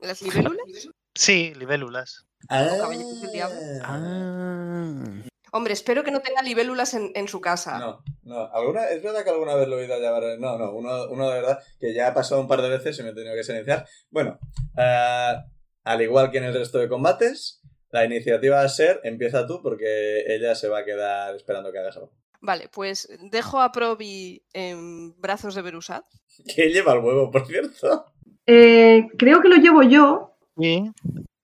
¿Las libélulas?
Sí, libélulas.
caballitos del diablo.
Ah.
Hombre, espero que no tenga libélulas en, en su casa.
No, no. ¿Alguna, es verdad que alguna vez lo he ido a llamar. eh, No, no, uno, uno de verdad que ya ha pasado un par de veces y me he tenido que silenciar. Bueno, eh, al igual que en el resto de combates, la iniciativa va a ser empieza tú porque ella se va a quedar esperando que hagas algo.
Vale, pues dejo a Probi en brazos de Berusat.
Que lleva el huevo, por cierto.
Eh, creo que lo llevo yo.
Sí.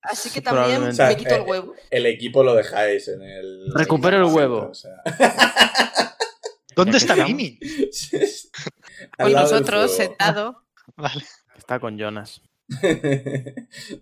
Así que
Sí,
también
probablemente.
me quito el
Eh,
huevo.
El equipo lo dejáis en el.
Recupero el huevo.
O sea,
¿Dónde
que
está
estamos.
Mini?
sí, sí. Al
Con
lado del
nosotros,
fuego.
sentado.
Vale.
Está con Jonas.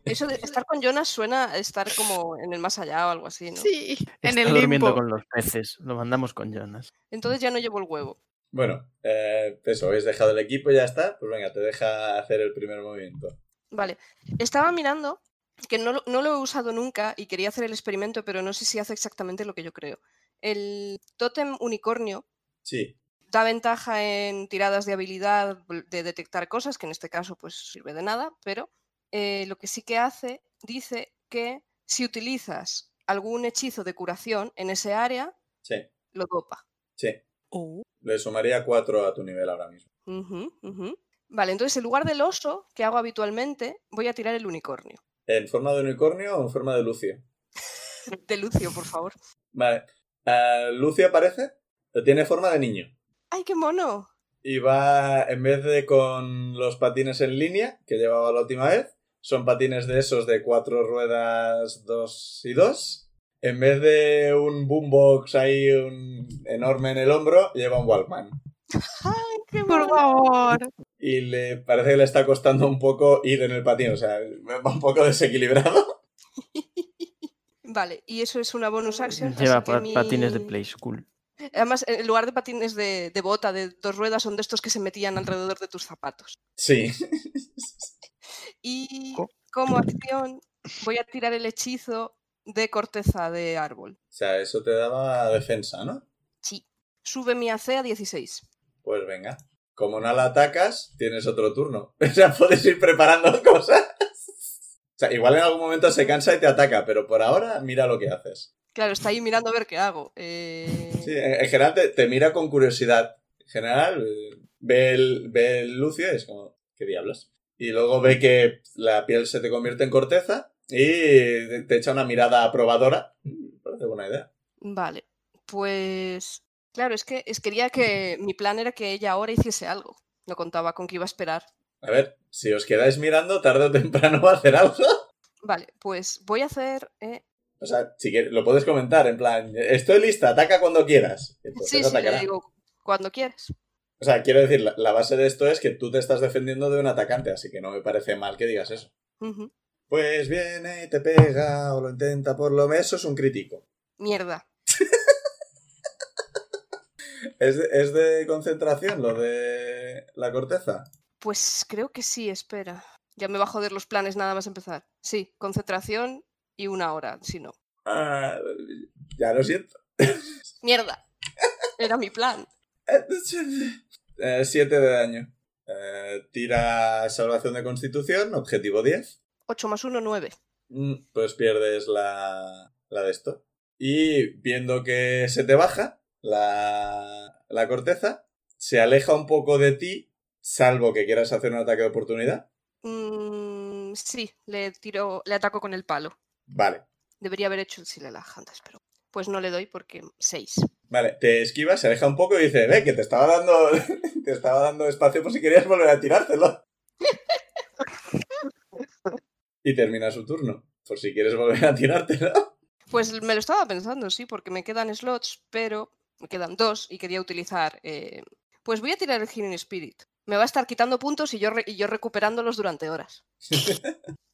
Eso de estar con Jonas suena a estar como en el más allá o algo así, ¿no?
Sí, en
Está
el
durmiendo
limbo.
con los peces. Lo mandamos con Jonas.
Entonces ya no llevo el huevo.
Bueno, eh, eso, habéis dejado el equipo y ya está. Pues venga, te deja hacer el primer movimiento.
Vale. Estaba mirando que no, lo- no lo he usado nunca y quería hacer el experimento, pero no sé si hace exactamente lo que yo creo. El tótem unicornio
Sí,
da ventaja en tiradas de habilidad bl- de detectar cosas, que en este caso pues sirve de nada, pero eh, lo que sí que hace, dice que si utilizas algún hechizo de curación en ese área,
sí,
lo dopa.
sí.
Uh,
Le sumaría 4 a tu nivel ahora mismo.
Ujú, ujú. Vale, entonces en lugar del oso que hago habitualmente, voy a tirar el unicornio.
¿En forma de unicornio o en forma de Lucio?
De Lucio, por favor.
Vale. Ah, Lucio aparece, pero tiene forma de niño.
¡Ay, qué mono!
Y va, en vez de con los patines en línea que llevaba la última vez, son patines de esos de cuatro ruedas, dos y dos. En vez de un boombox ahí un enorme en el hombro, lleva un Walkman.
¡Ay, qué
Por
mono!
favor.
Y le parece que le está costando un poco ir en el patín, o sea, va un poco desequilibrado.
Vale, y eso es una bonus action. así
Lleva
que
pa- patines de
mi-
Play School.
Además, en lugar de patines de, de bota, de dos ruedas, son de estos que se metían alrededor de tus zapatos.
Sí.
Y
Co-
como acción, voy a tirar el hechizo de corteza de árbol.
O sea, eso te daba defensa, ¿no?
Sube mi AC a 16.
Pues venga. Como no la atacas, tienes otro turno. O sea, puedes ir preparando cosas. O sea, igual en algún momento se cansa y te ataca, pero por ahora mira lo que haces.
Claro, está ahí mirando a ver qué hago. Eh,
Sí, en en general te, te mira con curiosidad. En general, eh, ve el, ve el Lucio y es como, ¿qué diablos? Y luego ve que la piel se te convierte en corteza y te echa una mirada aprobadora. Mm, Parece buena idea.
Vale, pues claro, es que es quería que mi plan era que ella ahora hiciese algo. No contaba con que iba a esperar.
A ver, si os quedáis mirando, tarde o temprano va a hacer algo.
Vale, pues voy a hacer. eh,
O sea, si quieres, lo puedes comentar, en plan, estoy lista, ataca cuando quieras. Entonces
Sí, sí, le
atacará.
digo cuando quieras.
O sea, quiero decir, la, la base de esto es que tú te estás defendiendo de un atacante, así que no me parece mal que digas eso.
Ujú.
Pues viene y te pega, o lo intenta por lo menos, eso es un crítico.
Mierda.
¿Es de, es de concentración lo de la corteza?
Pues creo que sí, espera. Ya me va a joder los planes nada más empezar. Sí, concentración y una hora, si no.
Ah, ya lo siento.
¡Mierda! Era mi plan.
Eh, siete de daño. Eh, tira salvación de constitución, objetivo 10.
8 más 1, 9.
Mm, Pues pierdes la, la de esto. Y viendo que se te baja la, la corteza, se aleja un poco de ti, salvo que quieras hacer un ataque de oportunidad.
Mm, sí, le tiro, le ataco con el palo.
Vale,
Debería haber hecho el Silelag antes, pero pues no le doy porque 6.
vale, te esquiva, se aleja un poco y dice, ve, que te estaba dando, te estaba dando espacio por si querías volver a tirártelo. y termina su turno, por si quieres volver a tirártelo.
Pues me lo estaba pensando, sí, porque me quedan slots, pero me quedan dos y quería utilizar. eh, Pues voy a tirar el Healing Spirit. Me va a estar quitando puntos y yo, re- y yo recuperándolos durante horas.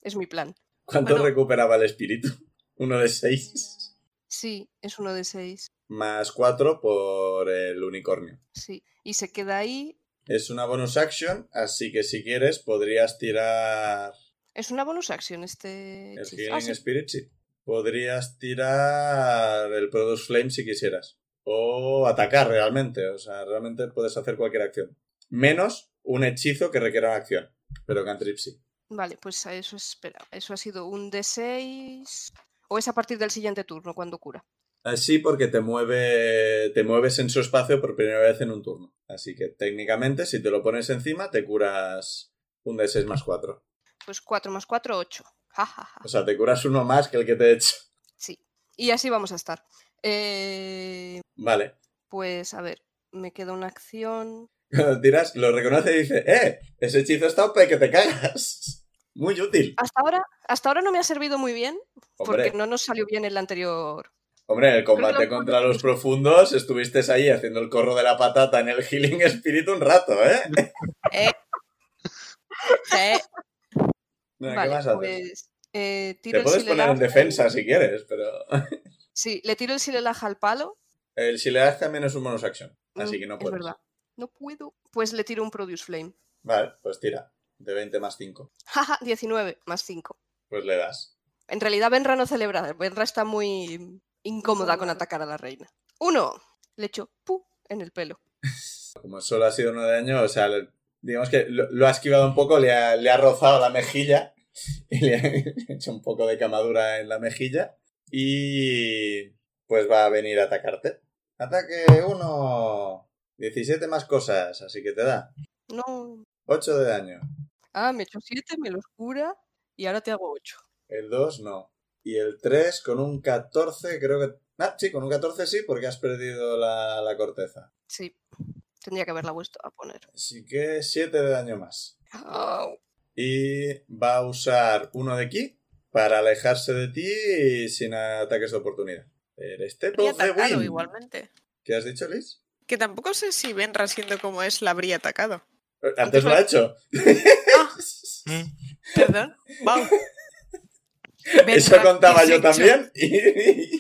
es mi plan.
¿Cuánto
Bueno.
recuperaba el espíritu? Uno de seis.
Sí, es uno de seis.
Más cuatro por el unicornio.
Sí. Y se queda ahí.
Es una bonus action, así que si quieres podrías tirar
Es una bonus action este.
el
hechizo.
Healing
Ah, sí.
Spirit, sí. Podrías tirar el Produce Flame si quisieras. O atacar realmente, o sea, realmente puedes hacer cualquier acción. Menos un hechizo que requiera una acción, pero cantrip sí.
Vale, pues a eso espera. Eso ha sido un D6. O es a partir del siguiente turno cuando cura.
Así porque te mueve, te mueves en su espacio por primera vez en un turno. Así que técnicamente, si te lo pones encima, te curas un de 6 más 4.
Pues 4 más 4, 8. Ja, ja, ja.
O sea, te curas uno más que el que te he hecho.
Y así vamos a estar. Eh,
Vale.
pues a ver, me queda una acción.
Cuando tiras, lo reconoce y dice, ¡eh! Ese hechizo está OP que te cagas. Muy útil.
Hasta ahora, hasta ahora no me ha servido muy bien porque
Hombre,
no nos salió bien el anterior.
hombre, en el combate
Creo que-
contra los profundos estuviste ahí haciendo el corro de la patata en el healing spirit un rato, ¿eh?
Eh,
Mira, ¿Qué
vale,
más haces?
pues eh, tiro
Te
el
puedes poner en
Silelag-
defensa si quieres, pero...
Sí, le tiro el silelag al palo.
El Sileag también es un bonus action, así
Mm,
que no
es
puedes.
verdad. No puedo. Pues le tiro un Produce Flame.
Vale, pues tira. De 20 más 5.
Jaja, 19 más 5.
Pues le das.
En realidad Benra no celebra. Benra está muy incómoda con
Incómoda.
atacar a la reina. Uno. Le echo pu en el pelo.
Como solo ha sido uno de daño, o sea, le- digamos que lo, lo ha esquivado un poco, le ha, le ha rozado la mejilla y le ha hecho un poco de camadura en la mejilla. Y pues va a venir a atacarte. Ataque 1. 17 más cosas, así que te da
No,
8 de daño.
Ah, me echo 7, me los cura y ahora te hago 8.
El 2 no. Y el 3 con un 14 creo que... Ah, sí, con un 14 sí, porque has perdido la, la corteza.
Sí, tendría que haberla vuelto a poner.
Así que 7 de daño más.
Au.
Y va a usar uno de ki para alejarse de ti sin ataques de oportunidad. El step
habría
of the
atacado
wind.
igualmente.
¿Qué has dicho, Liz?
Que tampoco sé si Benra, siendo como es, la habría atacado.
Eh, Antes lo ha hecho.
Perdón. Wow.
Eso contaba yo también. Y-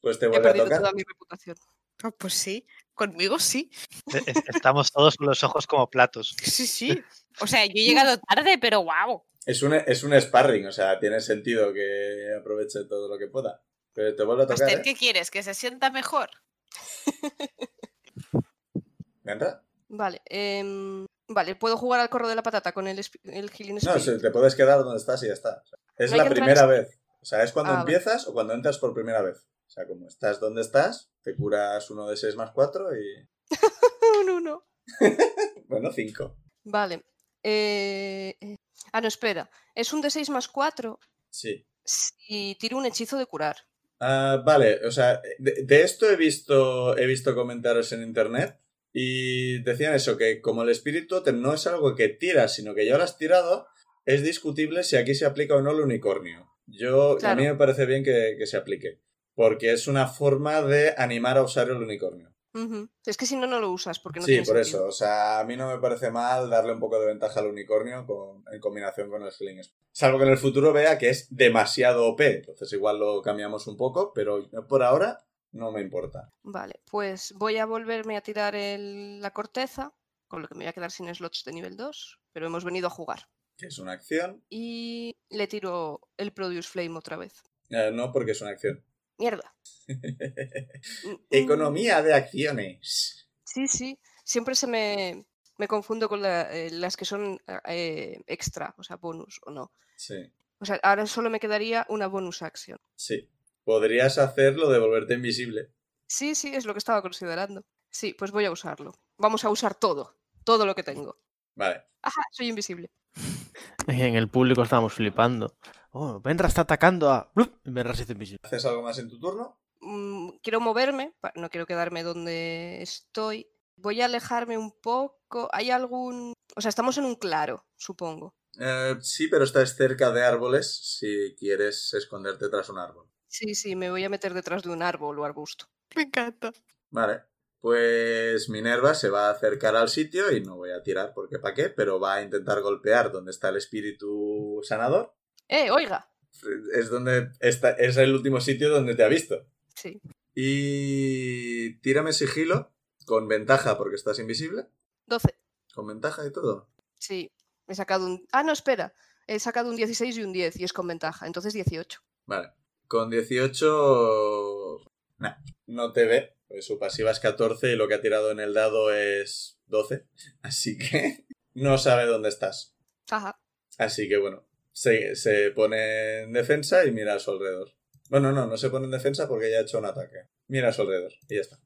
pues te
He
vuelve a
perdido
tocar.
toda mi reputación.
Ah, pues sí, conmigo sí.
E- e- Estamos todos con los ojos como platos.
Sí, sí. O sea, yo he llegado tarde, pero wow.
Es un, es un sparring, o sea, tiene sentido que aproveche todo lo que pueda. Pero te vuelve a tocar,
Master,
¿eh?
¿qué quieres? ¿Que se sienta mejor?
¿Venra?
Vale, em, vale, ¿puedo jugar al corro de la patata con el, espi- el healing
No,
spirit?
se- te puedes quedar donde estás y ya está. O sea, es
No hay
la
que entrar
primera
en-
vez. O sea, es cuando
Ah, vale.
empiezas o cuando entras por primera vez. O sea, como estás donde estás, te curas uno de 6 más 4 y...
No, no, no.
Bueno, 5.
Vale, Eh, eh, ah, no, espera. Es un D6 más 4
Sí.
si tiro un hechizo de curar.
Ah, vale, o sea, de, de esto he visto, he visto comentarios en internet y decían eso, que como el espíritu totem no es algo que tiras, sino que ya lo has tirado, es discutible si aquí se aplica o no el unicornio. Yo, a
Claro.
mí me parece bien que, que se aplique, porque es una forma de animar a usar el unicornio.
Ujú. Es que si no, no lo usas porque no
sí,
tiene
por
sentido.
eso, o sea, a mí no me parece mal darle un poco de ventaja al unicornio con- en combinación con el healing. Spell. Salvo que en el futuro vea que es demasiado OP, entonces igual lo cambiamos un poco, pero por ahora no me importa.
Vale, pues voy a volverme a tirar el- la corteza, con lo que me voy a quedar sin slots de nivel 2, pero hemos venido a jugar.
que es una acción.
Y le tiro el Produce Flame otra vez.
Eh, no, porque es una acción.
Mierda. Mm,
Economía de acciones.
Sí, sí. Siempre se me, me confundo con la- eh, las que son ah, eh, extra, o sea, bonus o no.
Sí,
O sea, ahora solo me quedaría una bonus action.
sí. Podrías hacerlo de volverte invisible.
Sí, sí, es lo que estaba considerando. Sí, pues voy a usarlo. Vamos a usar todo, todo lo que tengo.
Vale.
Ajá, soy invisible.
En el público estábamos flipando. Oh, Benra está atacando a. ¡Blup! Y Benra se hizo invisible.
¿Haces algo más en tu turno?
Mm, quiero moverme, pa- no quiero quedarme donde estoy. Voy a alejarme un poco. ¿Hay algún...? O sea, estamos en un claro, supongo.
Eh, sí, pero estás cerca de árboles si quieres esconderte tras un árbol.
Sí, sí, me voy a meter detrás de un árbol o arbusto.
Me encanta.
Vale. Pues Minerva se va a acercar al sitio y no voy a tirar porque pa' qué, pero va a intentar golpear donde está el espíritu sanador.
¡Eh, oiga!
Es donde está, es el último sitio donde te ha visto.
Sí.
Y tírame sigilo con ventaja porque estás invisible.
12.
Con ventaja y todo.
Sí, he sacado un... Ah, no, espera. He sacado un 16 y un 10 y es con ventaja. Entonces 18.
Vale. Con 18... Nah, no te ve. Pues su pasiva es 14 y lo que ha tirado en el dado es 12. Así que no sabe dónde estás.
Ajá.
Así que bueno, se, se pone en defensa y mira a su alrededor. Bueno, no, no se pone en defensa porque ya ha hecho un ataque. Mira a su alrededor y ya está.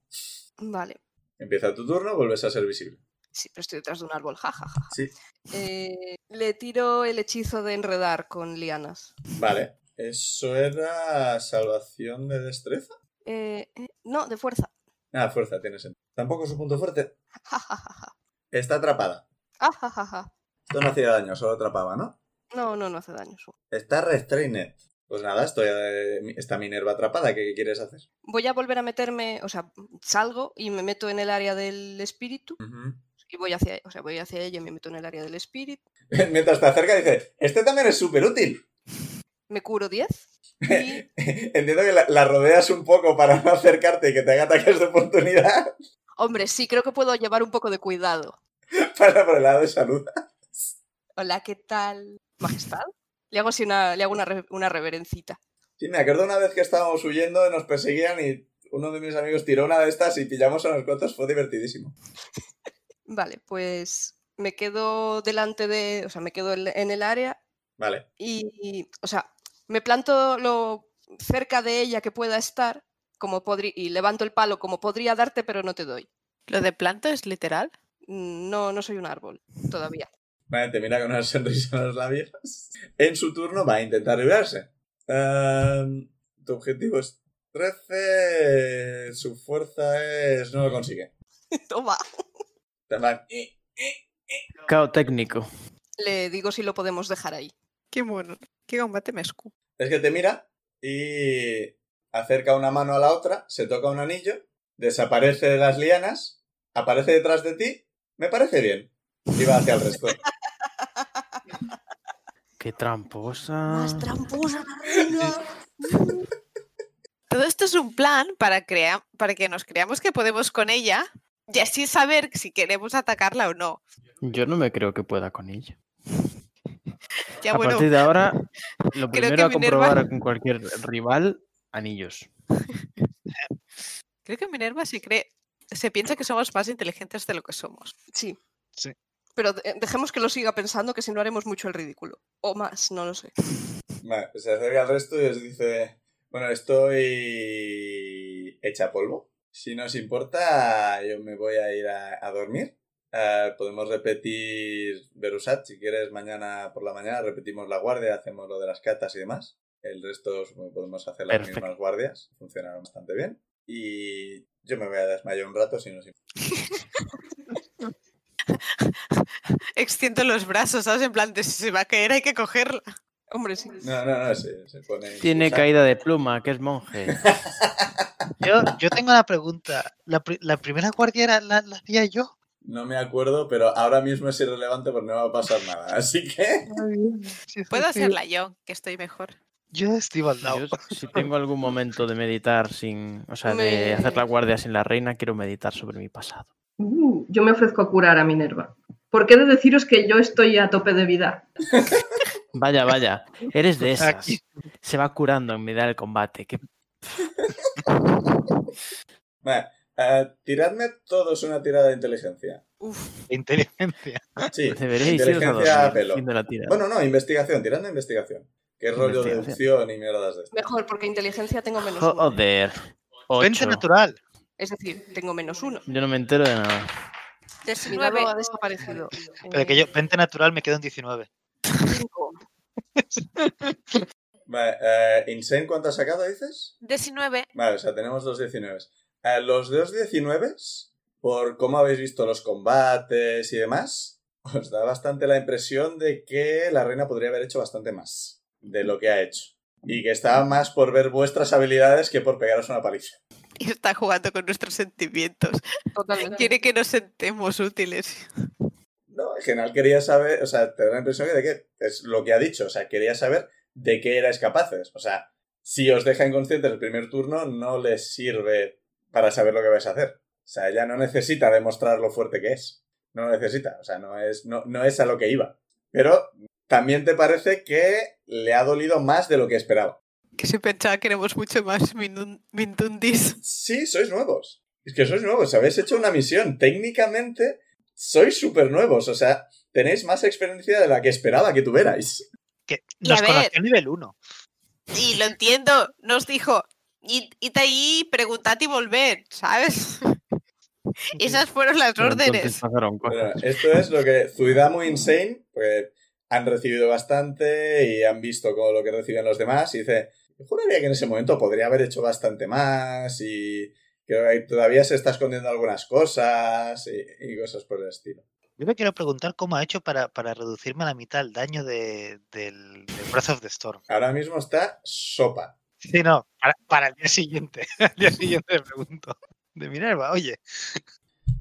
Vale.
Empieza tu turno, vuelves a ser visible.
Sí, pero estoy detrás de un árbol. Ja, ja, ja.
Sí.
Eh, le tiro el hechizo de enredar con lianas.
Vale. Eso era salvación de destreza.
Eh, eh, no, de fuerza.
Ah, fuerza, tiene sentido. Tampoco es su punto fuerte.
Ja, ja, ja, ja.
Está atrapada.
Ah, ja, ja, ja.
Esto no hacía daño, solo atrapaba, ¿no?
No, no, no hace daño. eso.
Está restrained. Pues nada, estoy, eh, está Minerva atrapada. ¿Qué quieres hacer?
Voy a volver a meterme, o sea, salgo y me meto en el área del espíritu y voy hacia, o sea, voy hacia ella y me meto en el área del espíritu.
Mientras te acerca, dice: Este también es súper útil.
Me curo 10 y
Entiendo que la, la rodeas un poco para no acercarte y que te haga ataques de oportunidad.
hombre, sí, creo que puedo llevar un poco de cuidado.
Para por el lado de salud.
Hola, ¿qué tal, majestad? Le hago así una, le hago una, re- una reverencita.
Sí, me acuerdo una vez que estábamos huyendo, nos perseguían y uno de mis amigos tiró una de estas y pillamos a unos cuantos. Fue divertidísimo.
Vale, pues me quedo delante de, o sea, me quedo en en el área
Vale.
y, o sea, me planto lo cerca de ella que pueda estar como podri- y levanto el palo como podría darte, pero no te doy.
¿Lo de planto es literal?
Mm, No, no soy un árbol todavía.
Vale, te mira con una sonrisa en los labios. En su turno va a intentar librarse. Ehm, tu objetivo es 13. Su fuerza es. No lo consigue.
Toma.
Te va-
Cao técnico.
Le digo si lo podemos dejar ahí.
Qué bueno. Qué combate me escupo.
Es que te mira y acerca una mano a la otra, se toca un anillo, desaparece de las lianas, aparece detrás de ti. Me parece bien. Y va hacia el resto.
Qué tramposa.
Más tramposa la reina.
Todo esto es un plan para, crea- para que nos creamos que podemos con ella y así saber si queremos atacarla o no.
Yo no me creo que pueda con ella.
Ya
a
bueno,
partir de ahora, lo
que
primero a
Minerva-
comprobar con cualquier rival, anillos.
creo que Minerva se cree, se piensa que somos más inteligentes de lo que somos.
Sí.
Sí.
Pero de- dejemos que lo siga pensando, que si no haremos mucho el ridículo. O más, no lo sé.
Vale, pues se acerca al resto y os dice, bueno, estoy hecha polvo. Si no os importa, yo me voy a ir a, a dormir. Eh, podemos repetir, Berusat, si quieres, mañana por la mañana repetimos la guardia, hacemos lo de las catas y demás. El resto supongo que podemos hacer las
Perfecto.
mismas guardias, funcionaron bastante bien. Y yo me voy a desmayar un rato si no si-
Extiendo los brazos, ¿sabes? En plan, de, si se va a caer hay que cogerla.
Hombre, sí.
No, no, no, se, se pone.
Tiene
impulsado.
caída de pluma, que es monje.
Yo, yo tengo la pregunta. ¿La, pri- la primera guardia era la, la hacía yo?
No me acuerdo, pero ahora mismo es irrelevante porque no va a pasar nada. Así que.
Sí, sí,
Puedo
sí.
hacerla yo, que estoy mejor.
Yo estoy al lado.
Yo, si tengo algún momento de meditar sin. O sea, de
Me-
hacer la guardia sin la reina, quiero meditar sobre mi pasado.
Uh, yo me ofrezco a curar a Minerva. Porque he de deciros que yo estoy a tope de vida.
Vaya, vaya. Eres de esas.
Aquí.
Se va curando en mitad del combate. Qué
Vale, eh, tiradme todos una tirada de inteligencia.
De inteligencia.
Sí,
Pues deberéis iros a
inteligencia a
dormir
pelo.
haciendo la tirada.
Bueno, no, investigación, tirando investigación. Que es rollo
Investigación.
deducción y mierdas de esto.
Mejor, porque inteligencia tengo menos uno.
Joder.
20
Ocho.
natural.
Es decir, tengo menos uno.
Yo no me entero de nada.
Mi dado
19.
ha desaparecido.
Pero que yo, 20 natural me quedo en 19.
Cinco.
Vale, eh, Insane, ¿cuánto has sacado, dices?
19.
Vale, o sea, tenemos los 19. Eh, los dos 19, por cómo habéis visto los combates y demás, os da bastante la impresión de que la reina podría haber hecho bastante más de lo que ha hecho. Y que estaba más por ver vuestras habilidades que por pegaros una paliza.
Y está jugando con nuestros sentimientos.
Totalmente.
Quiere que nos sentemos útiles.
No, en general quería saber, o sea, te da la impresión de que es lo que ha dicho, o sea, quería saber de qué erais capaces. O sea, si os deja inconscientes el primer turno, no les sirve para saber lo que vais a hacer. O sea, ella no necesita demostrar lo fuerte que es. No lo necesita, o sea, no es, no, no es a lo que iba. Pero también te parece que le ha dolido más de lo que esperaba.
Que se pensaba que éramos mucho más minun- mindundis.
Sí, sois nuevos. Es que sois nuevos, habéis hecho una misión. Técnicamente, sois súper nuevos. O sea, tenéis más experiencia de la que esperaba que tuvierais.
Que
Y
nos
a ver.
conoció el nivel 1.
Y lo entiendo, nos dijo, id id ahí, preguntad y volver, ¿sabes? Esas fueron las
Pero entonces
órdenes.
pasaron cosas.
Bueno, esto es lo que Zuidamu Insane, porque han recibido bastante y han visto con lo que reciben los demás. Y dice, yo juraría que en ese momento podría haber hecho bastante más y creo que ahí todavía se está escondiendo algunas cosas y, y cosas por el estilo.
Yo me quiero preguntar cómo ha hecho para, para reducirme a la mitad el daño de, del, del Breath of the Storm.
Ahora mismo está sopa.
Sí, no, para, para el día siguiente. Al día siguiente le pregunto. De Minerva, oye,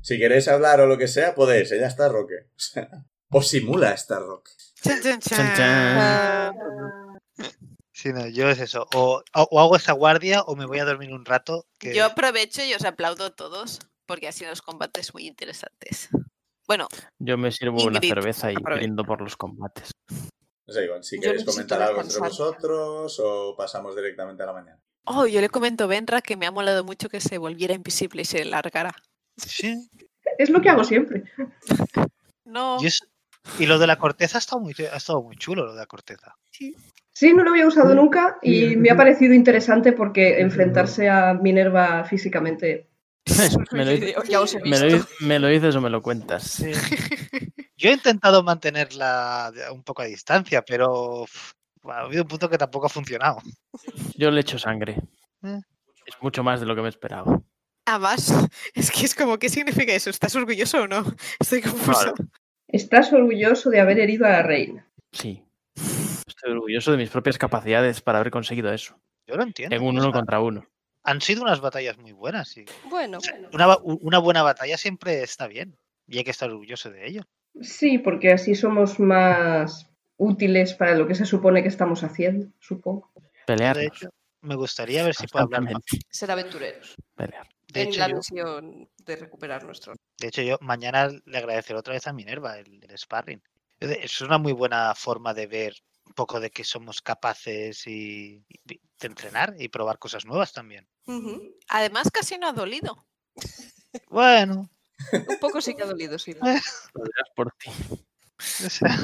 Si queréis hablar o lo que sea, podéis. Ella está Roque. O, sea, o simula estar Roque.
Chan, chan,
Chan,
chan.
chan.
Sí, no, yo es eso. O, o- o hago esa guardia o me voy a dormir un rato. Que
Yo aprovecho y os aplaudo a todos, porque han sido los combates muy interesantes. Bueno,
Yo me sirvo una
Ingrid,
cerveza y
aprovecha.
brindo por los combates.
No sé, igual, si
Yo
queréis
necesito
comentar algo entre
descansar.
vosotros o pasamos directamente a la mañana.
oh, yo le comento a Benra que me ha molado mucho que se volviera invisible y se largara.
Sí,
Es lo que hago siempre.
No,
yo es- Y lo de la corteza ha estado muy, ha estado muy chulo, lo de la corteza.
Sí, no lo había
Mm.
usado nunca y me ha parecido interesante porque enfrentarse a Minerva físicamente.
me, lo, hi-
Ya os he
me
visto.
lo hi- me lo dices o me lo cuentas.
Yo he intentado mantenerla de- un poco a distancia, pero uf, ha habido un punto que tampoco ha funcionado.
Yo le echo sangre.
Eh.
Es mucho más de lo que me esperaba.
además, es que es como, ¿qué significa eso? ¿Estás orgulloso o no? Estoy confusa.
Estás orgulloso de haber herido a la reina.
Sí. Estoy orgulloso de mis propias capacidades para haber conseguido eso.
Yo lo entiendo.
En un
o
uno
sea,
contra uno.
Han sido unas batallas muy buenas. y
Bueno,
Una, ba- u- una buena batalla siempre está bien. Y hay que estar orgulloso de ello.
Sí, porque así somos más útiles para lo que se supone que estamos haciendo, supongo.
De
Pelearnos.
hecho, me gustaría ver si puedo hablar más.
constantemente,
ser aventureros.
pelear.
De
en
hecho,
la
yo-
misión de recuperar nuestro.
De hecho, yo mañana le agradeceré otra vez a Minerva el, el sparring. Es de- Es una muy buena forma de ver un poco de que somos capaces y, y de entrenar y probar cosas nuevas también.
Ujú.
Además, casi no ha dolido.
Bueno,
Un poco sí que ha dolido, sí.
Lo dirás por ti.
o sea,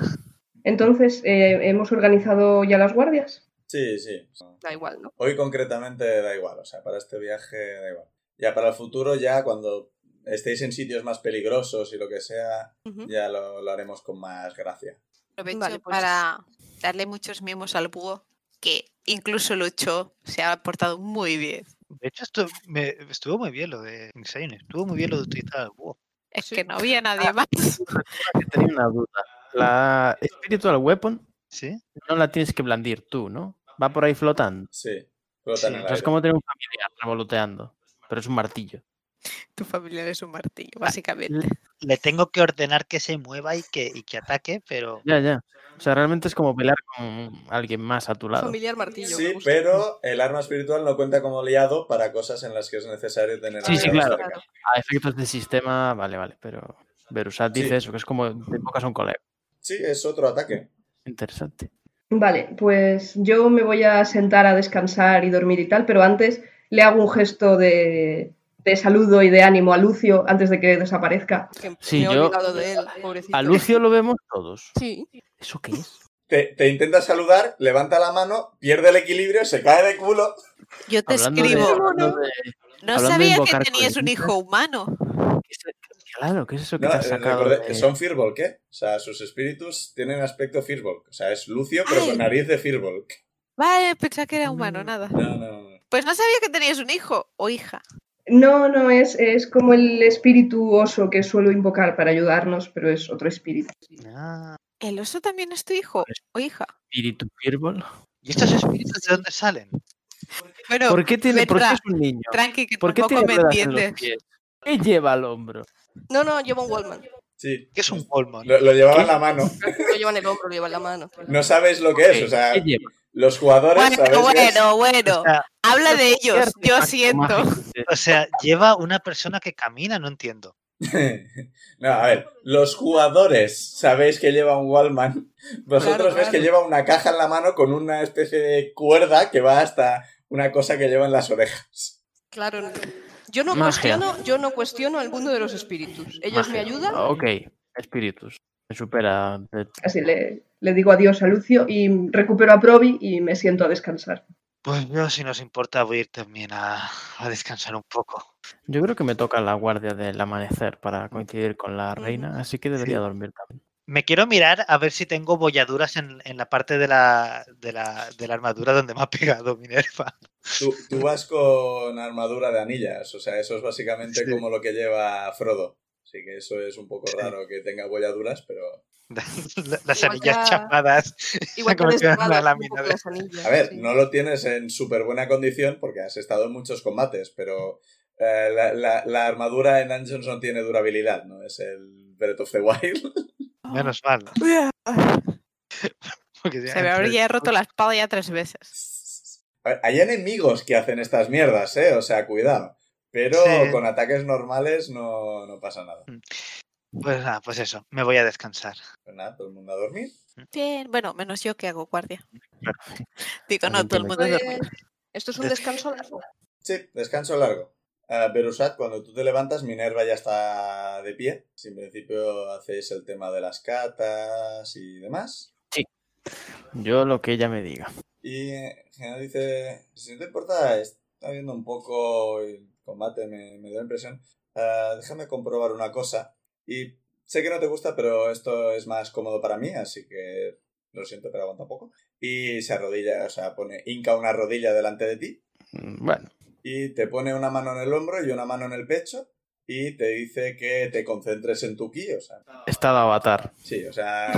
Entonces, eh, ¿hemos organizado ya las guardias?
Sí, sí.
Da igual, ¿no?
Hoy concretamente da igual, o sea, para este viaje da igual. Ya para el futuro, ya cuando estéis en sitios más peligrosos y lo que sea,
Ujú.
ya lo, lo haremos con más gracia.
Aprovecho
Vale, pues-
para darle muchos mimos al búho, que incluso Lucho se ha portado muy bien.
De hecho, estu- me- estuvo muy bien lo de Insane. Estuvo muy bien lo de utilizar el búho.
Es
Sí.
que no
Ah.
había nadie más.
Tenía una duda. La Spiritual Weapon
¿Sí?
no la tienes que blandir tú, ¿no? Va por ahí flotando.
Sí, flotan
Sí,
en el
O sea, es
aire.
como tener un familiar revoloteando, pero es un martillo.
Tu familiar es un
Ah,
martillo, básicamente.
Le tengo que ordenar que se mueva y que, y que ataque, pero
Ya, ya. O sea, realmente es como pelear con alguien más a tu lado.
Familiar martillo. me
Sí,
gusta.
pero el arma espiritual no cuenta como aliado para cosas en las que es necesario tener
Sí, sí,
aliados
claro.
cerca.
A efectos de sistema, vale, vale, pero Verusat dice
Sí.
eso, que es como te invocas a un colega.
Sí, es otro ataque.
Interesante.
Vale, pues yo me voy a sentar a descansar y dormir y tal, pero antes le hago un gesto de, de saludo y de ánimo a Lucio antes de que desaparezca.
Que
Sí,
me he
yo-
olvidado de él, pobrecito.
A Lucio lo vemos todos.
Sí.
¿Eso qué es?
Te, te intenta saludar, levanta la mano, pierde el equilibrio, se cae de culo.
Yo te
Hablando de-
escribo.
hablando de-
no
hablando de
sabía que
invocar
tenías un
coleguitas.
hijo humano.
¿qué es- Claro, ¿qué es eso que
No,
te has
eh,
sacado?
recordé-
de-
son Firbolg, ¿eh? O sea, sus espíritus tienen aspecto Firbolg. O sea, es Lucio, pero
Ay.
con nariz de Firbolg.
Vale, pensaba que era humano,
Mm.
nada.
No, no, no.
Pues no sabía que tenías un hijo o hija.
No, no, es, es como el espíritu oso que suelo invocar para ayudarnos, pero es otro espíritu.
Ah,
¿El oso también es tu hijo
Pues
o hija?
Espíritu Firbol.
¿Y estos espíritus de dónde salen?
Bueno,
¿Por qué, tiene, por qué
Verusat,
es un niño?
tranqui, que
¿Por qué
tampoco
tiene
me
ruedas en
entiendes.
los pies? ¿Qué lleva al hombro?
No, no, lleva un Wallman.
Sí.
¿Qué es un Goldman?
Lo, lo llevaba en
¿Qué?
la mano.
Lo lleva en el hombro, lo lleva en la mano.
No sabéis lo que es. O sea,
¿Qué lleva?
los jugadores
Bueno,
sabéis que es-
bueno, bueno.
O sea,
Habla de ellos,
¿Qué
yo
artefacto
siento.
mágico es ese?
o sea, lleva una persona que camina, no entiendo.
no, a ver, los jugadores sabéis que lleva un Wallman. Vosotros
Claro,
veis que
claro.
lleva una caja en la mano con una especie de cuerda que va hasta una cosa que lleva en las orejas.
Claro. no. Yo no,
Magia.
cuestiono, yo no cuestiono el mundo de los espíritus. Ellos me
Magia.
ayudan.
Ok, espíritus. Me supera. de-
Así le, le digo adiós a Lucio y recupero a Provi y me siento a descansar.
Pues yo, si nos importa, voy a ir también a, a descansar un poco.
Yo creo que me toca la guardia del amanecer para coincidir con la
Ujú.
reina, así que debería dormir también.
Me quiero mirar a ver si tengo bolladuras en, en la parte de la, de, la, de la armadura donde me ha pegado Minerva.
Tú, tú vas con armadura de anillas, o sea, eso es básicamente
Sí.
como lo que lleva Frodo. Así que eso es un poco raro que tenga bolladuras, pero...
La- Las
Igual
anillas
ya-
chapadas.
Igual que
como que van a
destrabas
la
un poco
mina de-
las anillas.
A ver,
sí.
no lo tienes en súper buena condición porque has estado en muchos combates, pero eh, la, la- la armadura en Dungeons no tiene durabilidad, ¿no? Es el Breath of the Wild.
Menos mal.
ah.
porque ya
Se me
entre-
habría roto la espada ya tres veces.
A ver, hay enemigos que hacen estas mierdas, ¿eh? O sea, cuidado. Pero
Sí.
con ataques normales no, no pasa nada.
Pues nada, pues eso, me voy a descansar.
Pues nada, todo el mundo a dormir.
Bien, bueno, menos yo que hago guardia.
Claro.
Digo, no,
Alguien
todo
tiene
el mundo
Pues,
duerme.
esto es un descanso largo.
Sí, descanso largo. Ah, Berusat, cuando tú te levantas, Minerva ya está de pie. Si en principio hacéis el tema de las catas y demás.
Yo lo que ella me diga.
Y eh, Genaro dice, si no te importa, está viendo un poco el combate, me, me da la impresión. Ah, déjame comprobar una cosa. Y sé que no te gusta, pero esto es más cómodo para mí, así que lo siento, pero aguanta un poco. Y se arrodilla, o sea, pone, hinca una rodilla delante de ti
Mm, Bueno,
y te pone una mano en el hombro y una mano en el pecho y te dice que te concentres en tu ki, o sea,
está de avatar.
sí, o sea,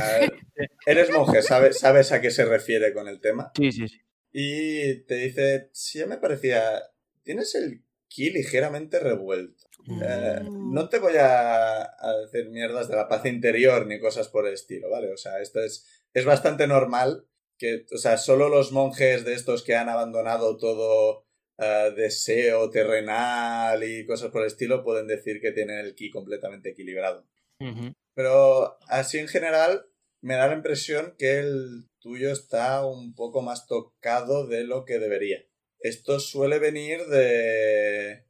eres monje, sabes, sabes a qué se refiere con el tema.
Sí, sí, sí.
Y te dice, si ya me parecía, tienes el ki ligeramente revuelto.
Mm,
Eh, no te voy a, a decir mierdas de la paz interior ni cosas por el estilo, ¿vale? O sea, esto es, es bastante normal que, o sea, solo los monjes de estos que han abandonado todo eh, deseo terrenal y cosas por el estilo pueden decir que tienen el ki completamente equilibrado.
Ujú.
Pero así en general me da la impresión que el tuyo está un poco más tocado de lo que debería. Esto suele venir de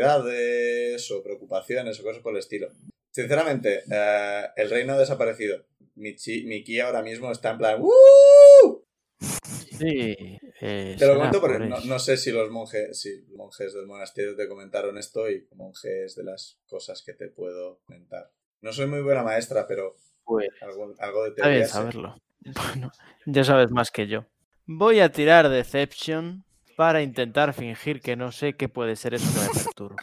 inseguridades o preocupaciones o cosas por el estilo. Sinceramente, eh, el reino ha desaparecido. Mi, chi- mi ki ahora mismo está en plan... "¡Uh!".
Sí, eh,
Te
será
lo comento porque
por
no,
eso.
no sé si los monjes, si los monjes del monasterio te comentaron esto y monjes de las cosas que te puedo comentar. No soy muy buena maestra, pero
Pues,
algún- algo de
Está
teoría.
bien
sé.
saberlo. Bueno, ya sabes más que yo. Voy a tirar Deception para intentar fingir que no sé qué puede ser eso que me perturba.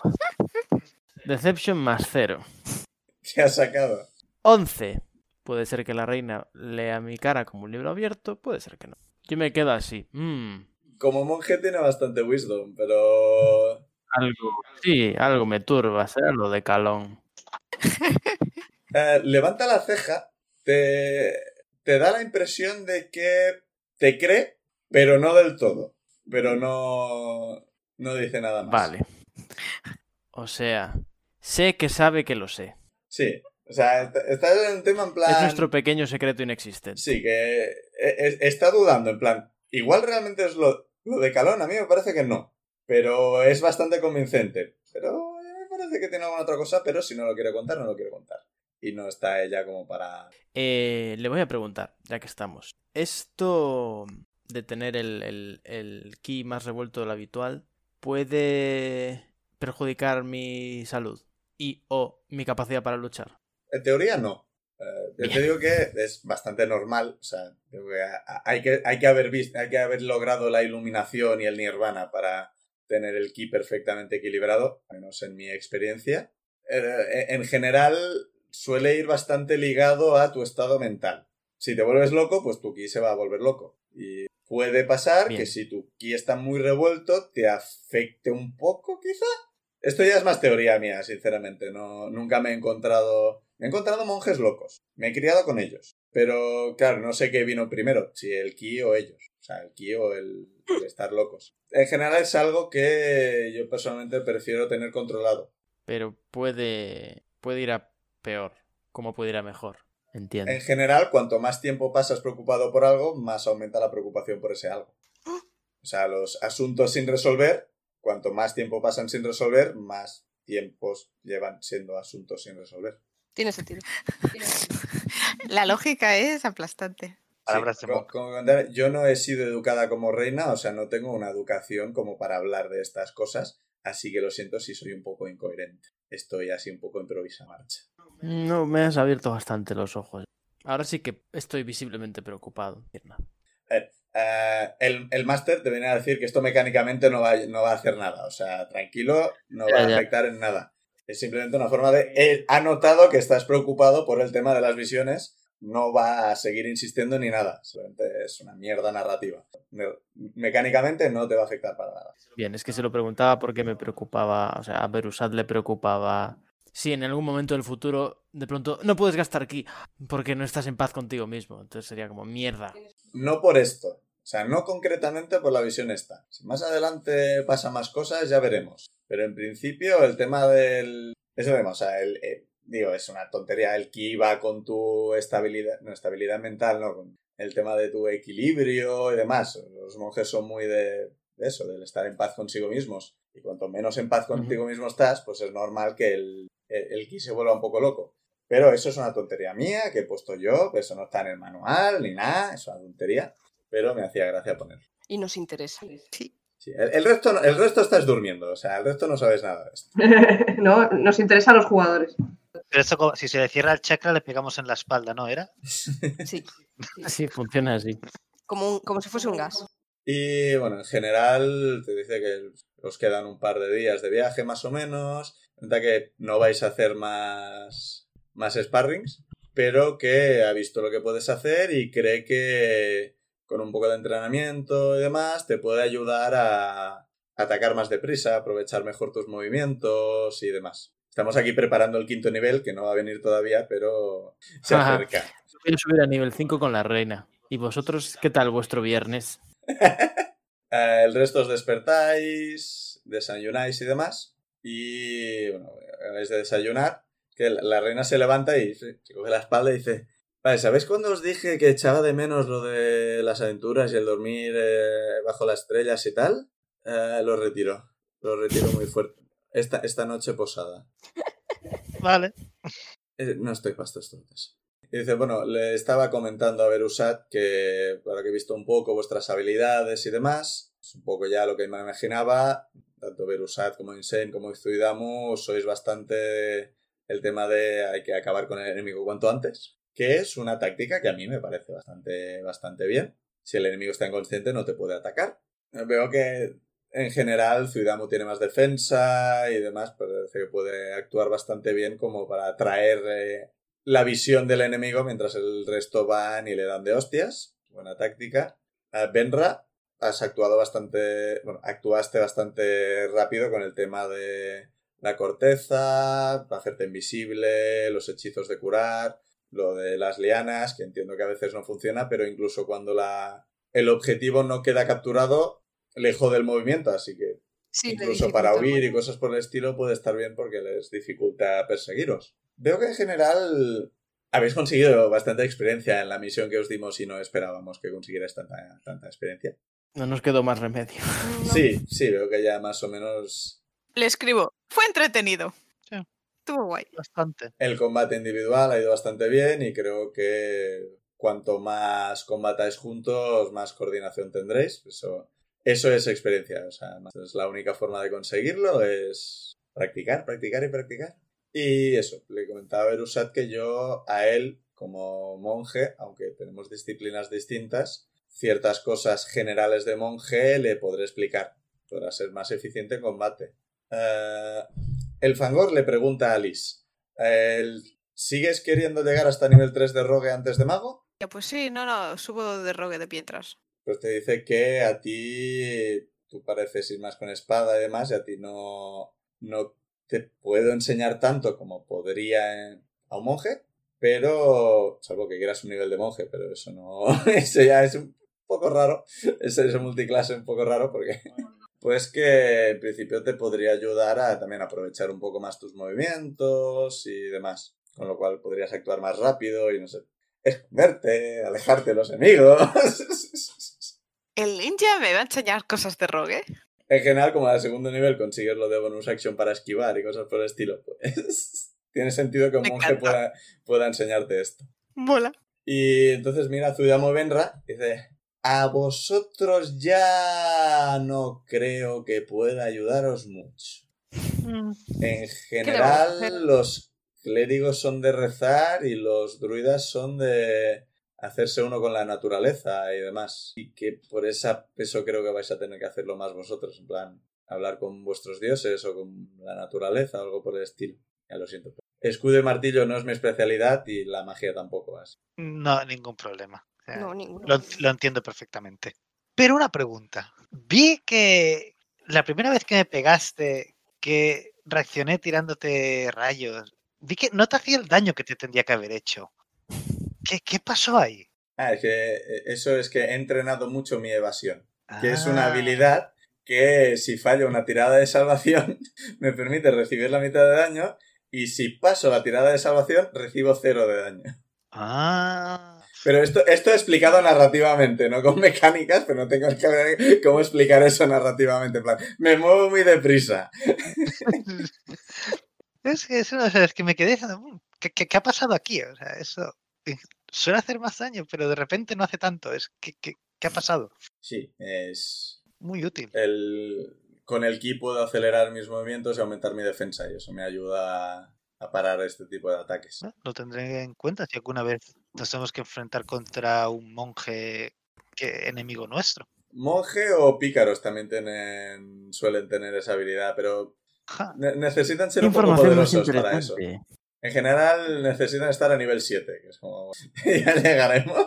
Deception más cero.
¿Qué has sacado?
11. Puede ser que la reina lea mi cara como un libro abierto, puede ser que no. Yo me quedo así. mm,
Como monje tiene bastante wisdom, pero
algo, sí, algo me turba, será lo de Calón.
Eh, levanta la ceja, te, te da la impresión de que te cree, pero no del todo. Pero no, no dice nada más.
Vale. O sea, sé que sabe que lo sé.
Sí. O sea, est- está en un tema en plan.
Es nuestro pequeño secreto inexistente.
Sí, que eh, eh, está dudando, en plan. Igual realmente es lo, lo de Calón, a mí me parece que no. Pero es bastante convincente. Pero eh, parece que tiene alguna otra cosa, pero si no lo quiere contar, no lo quiere contar. Y no está ella como para.
Eh, le voy a preguntar, ya que estamos. Esto de tener el, el, el ki más revuelto de lo habitual puede perjudicar mi salud y o mi capacidad para luchar.
En teoría no. Eh, yo te
Bien.
digo que es bastante normal, o sea, digo que a- a- hay que, hay que haber visto, hay que haber logrado la iluminación y el nirvana para tener el ki perfectamente equilibrado, al menos en mi experiencia. Eh, en general suele ir bastante ligado a tu estado mental. Si te vuelves loco, pues tu ki se va a volver loco. Y puede pasar
Bien.
que si tu ki está muy revuelto, te afecte un poco, quizá. Esto ya es más teoría mía, sinceramente. No, nunca me he encontrado. Me he encontrado monjes locos. Me he criado con ellos. Pero, claro, no sé qué vino primero, si el ki o ellos. O sea, el ki o el, el estar locos. En general es algo que yo personalmente prefiero tener controlado.
Pero puede, puede ir a peor, como puede ir a mejor. Entiendo.
En general, cuanto más tiempo pasas preocupado por algo, más aumenta la preocupación por ese algo. O sea, los asuntos sin resolver, cuanto más tiempo pasan sin resolver, más tiempos llevan siendo asuntos sin resolver.
Tiene sentido.
La lógica es aplastante.
Palabras de
como-
Monk.
como contar, yo no he sido educada como reina, o sea, no tengo una educación como para hablar de estas cosas, así que lo siento si soy un poco incoherente. Estoy así un poco improvisa marcha.
No, me has abierto bastante los ojos. Ahora sí que estoy visiblemente preocupado. Irma.
Eh, el, el máster te viene a decir que esto mecánicamente no va, no va a hacer nada. O sea, tranquilo, no va
Ya,
a
ya.
afectar en nada. Es simplemente una forma de... Él ha notado que estás preocupado por el tema de las visiones, no va a seguir insistiendo ni nada. Solamente es una mierda narrativa. Me- mecánicamente no te va a afectar para nada.
Bien, es que se lo preguntaba porque me preocupaba, o sea, a Berusat le preocupaba. Si en algún momento del futuro, de pronto, no puedes gastar aquí porque no estás en paz contigo mismo. Entonces sería como mierda.
No por esto. O sea, no concretamente por la visión esta. Si más adelante pasa más cosas, ya veremos. Pero en principio, el tema del. Eso vemos, o sea, el, eh, digo, es una tontería. El ki va con tu estabilidad. No, estabilidad mental, no. Con el tema de tu equilibrio y demás. Los monjes son muy de, de eso, del estar en paz consigo mismos. Y cuanto menos en paz contigo mismo estás, pues es normal que el, el, el ki se vuelva un poco loco. Pero eso es una tontería mía que he puesto yo, pues eso no está en el manual ni nada, es una tontería, pero me hacía gracia ponerlo.
Y nos interesa.
Sí, el, el resto, no- el resto estás durmiendo, o sea, el resto no sabes nada de esto.
¿No? Nos interesan los jugadores.
Pero esto, como- si se le cierra el chakra, le pegamos en la espalda, ¿no? ¿Era?
Sí.
Sí, funciona así.
Como, un- como si fuese un gas.
Y bueno, en general te dice que os quedan un par de días de viaje más o menos, cuenta que no vais a hacer más, más sparrings, pero que ha visto lo que puedes hacer y cree que con un poco de entrenamiento y demás te puede ayudar a atacar más deprisa, aprovechar mejor tus movimientos y demás. Estamos aquí preparando el quinto nivel, que no va a venir todavía, pero se
Ajá.
acerca.
Yo quiero subir a nivel 5 con la reina. ¿Y vosotros qué tal vuestro viernes?
Eh, el resto os despertáis, desayunáis y demás. Y bueno, acabáis de desayunar. Que la, la reina se levanta y se se coge la espalda y dice: Vale, ¿sabéis cuando os dije que echaba de menos lo de las aventuras y el dormir eh, bajo las estrellas y tal? Eh, lo retiro. Lo retiro muy fuerte. Esta, esta noche posada.
Vale.
Eh, no estoy para estos trotes. Y dice, bueno, le estaba comentando a Berusat que, para que he visto un poco vuestras habilidades y demás, es un poco ya lo que me imaginaba, tanto Berusat como Insane como Izuidamu, sois bastante el tema de hay que acabar con el enemigo cuanto antes, que es una táctica que a mí me parece bastante, bastante bien. Si el enemigo está inconsciente no te puede atacar. Veo que en general Zuidamu tiene más defensa y demás, parece que puede actuar bastante bien como para atraer eh, la visión del enemigo mientras el resto van y le dan de hostias. Buena táctica. Eh, Benra, has actuado bastante, bueno, actuaste bastante rápido con el tema de la corteza, hacerte invisible, los hechizos de curar, lo de las lianas, que entiendo que a veces no funciona, pero incluso cuando la, el objetivo no queda capturado, le jode el movimiento, así que
Sí, le
incluso
dificulta
para
el
huir y
movimiento.
cosas por el estilo puede estar bien porque les dificulta perseguiros. Veo que en general habéis conseguido bastante experiencia en la misión que os dimos y no esperábamos que consiguierais tanta, tanta experiencia.
No nos quedó más remedio.
No.
Sí, sí, veo que ya más o menos
Le escribo. Fue entretenido.
Sí.
Estuvo guay.
Bastante.
el combate individual ha ido bastante bien y creo que cuanto más combatáis juntos, más coordinación tendréis. Eso, eso es experiencia. O sea, es la única forma de conseguirlo es practicar, practicar y practicar. Y eso, le comentaba a Berusat que yo a él, como monje, aunque tenemos disciplinas distintas, ciertas cosas generales de monje le podré explicar para ser más eficiente en combate. Eh, el Fangor le pregunta a Alice, el- ¿Sigues queriendo llegar hasta nivel 3 de rogue antes de mago?
Ya, pues sí, no, no, subo de rogue de piedras.
Pues te dice que a ti tú pareces ir más con espada y demás, y a ti no, no te puedo enseñar tanto como podría eh, a un monje, pero salvo que quieras un nivel de monje, pero eso no, eso ya es un poco raro, ese, ese multiclase un poco raro porque pues que en principio te podría ayudar a también aprovechar un poco más tus movimientos y demás, con lo cual podrías actuar más rápido y no sé, esconderte, alejarte de los enemigos.
¿El ninja me va a enseñar cosas de rogue?
En general, como a segundo nivel consigues lo de bonus action para esquivar y cosas por el estilo, pues tiene sentido que un
Me
monje
encanta.
pueda, pueda enseñarte esto.
Mola.
Y entonces mira a Zuidamo Benra y dice, a vosotros ya no creo que pueda ayudaros mucho. En
Mm. vamos a hacer?
general, los clérigos son de rezar y los druidas son de hacerse uno con la naturaleza y demás. Y que por esa, eso creo que vais a tener que hacerlo más vosotros, en plan, hablar con vuestros dioses o con la naturaleza o algo por el estilo. Ya lo siento. Escudo y martillo no es mi especialidad y la magia tampoco, así.
No, ningún problema. O sea,
No, ninguno.
Lo, lo entiendo perfectamente. Pero una pregunta. Vi que la primera vez que me pegaste, que reaccioné tirándote rayos, vi que no te hacía el daño que te tendría que haber hecho. ¿Qué, qué pasó ahí?
Ah, es que eh, eso es que he entrenado mucho mi evasión. que es una
Ah,
habilidad que si fallo una tirada de salvación me permite recibir la mitad de daño y si paso la tirada de salvación recibo cero de daño.
Ah.
Pero esto, esto he explicado narrativamente, no con mecánicas, pero no tengo que ver cómo explicar eso narrativamente. En plan, me muevo muy deprisa.
Es que es una de esas que me quedé diciendo, "Mm, ¿qué, qué, qué ha pasado aquí? O sea, eso eh, suele hacer más daño, pero de repente no hace tanto. Es que, que- ¿Qué ha pasado?
Sí, es
Muy útil.
el... Con el ki puedo acelerar mis movimientos y aumentar mi defensa y eso me ayuda a- a parar este tipo de ataques.
Bueno, Lo tendré en cuenta si alguna vez nos tenemos que enfrentar contra un monje que, enemigo nuestro.
Monje o pícaros también tienen, suelen tener esa habilidad, pero
Ja,
ne- necesitan ser un poco
Información más
poderosos para eso.
interesante.
En general necesitan estar a nivel 7, que es como... ya llegaremos.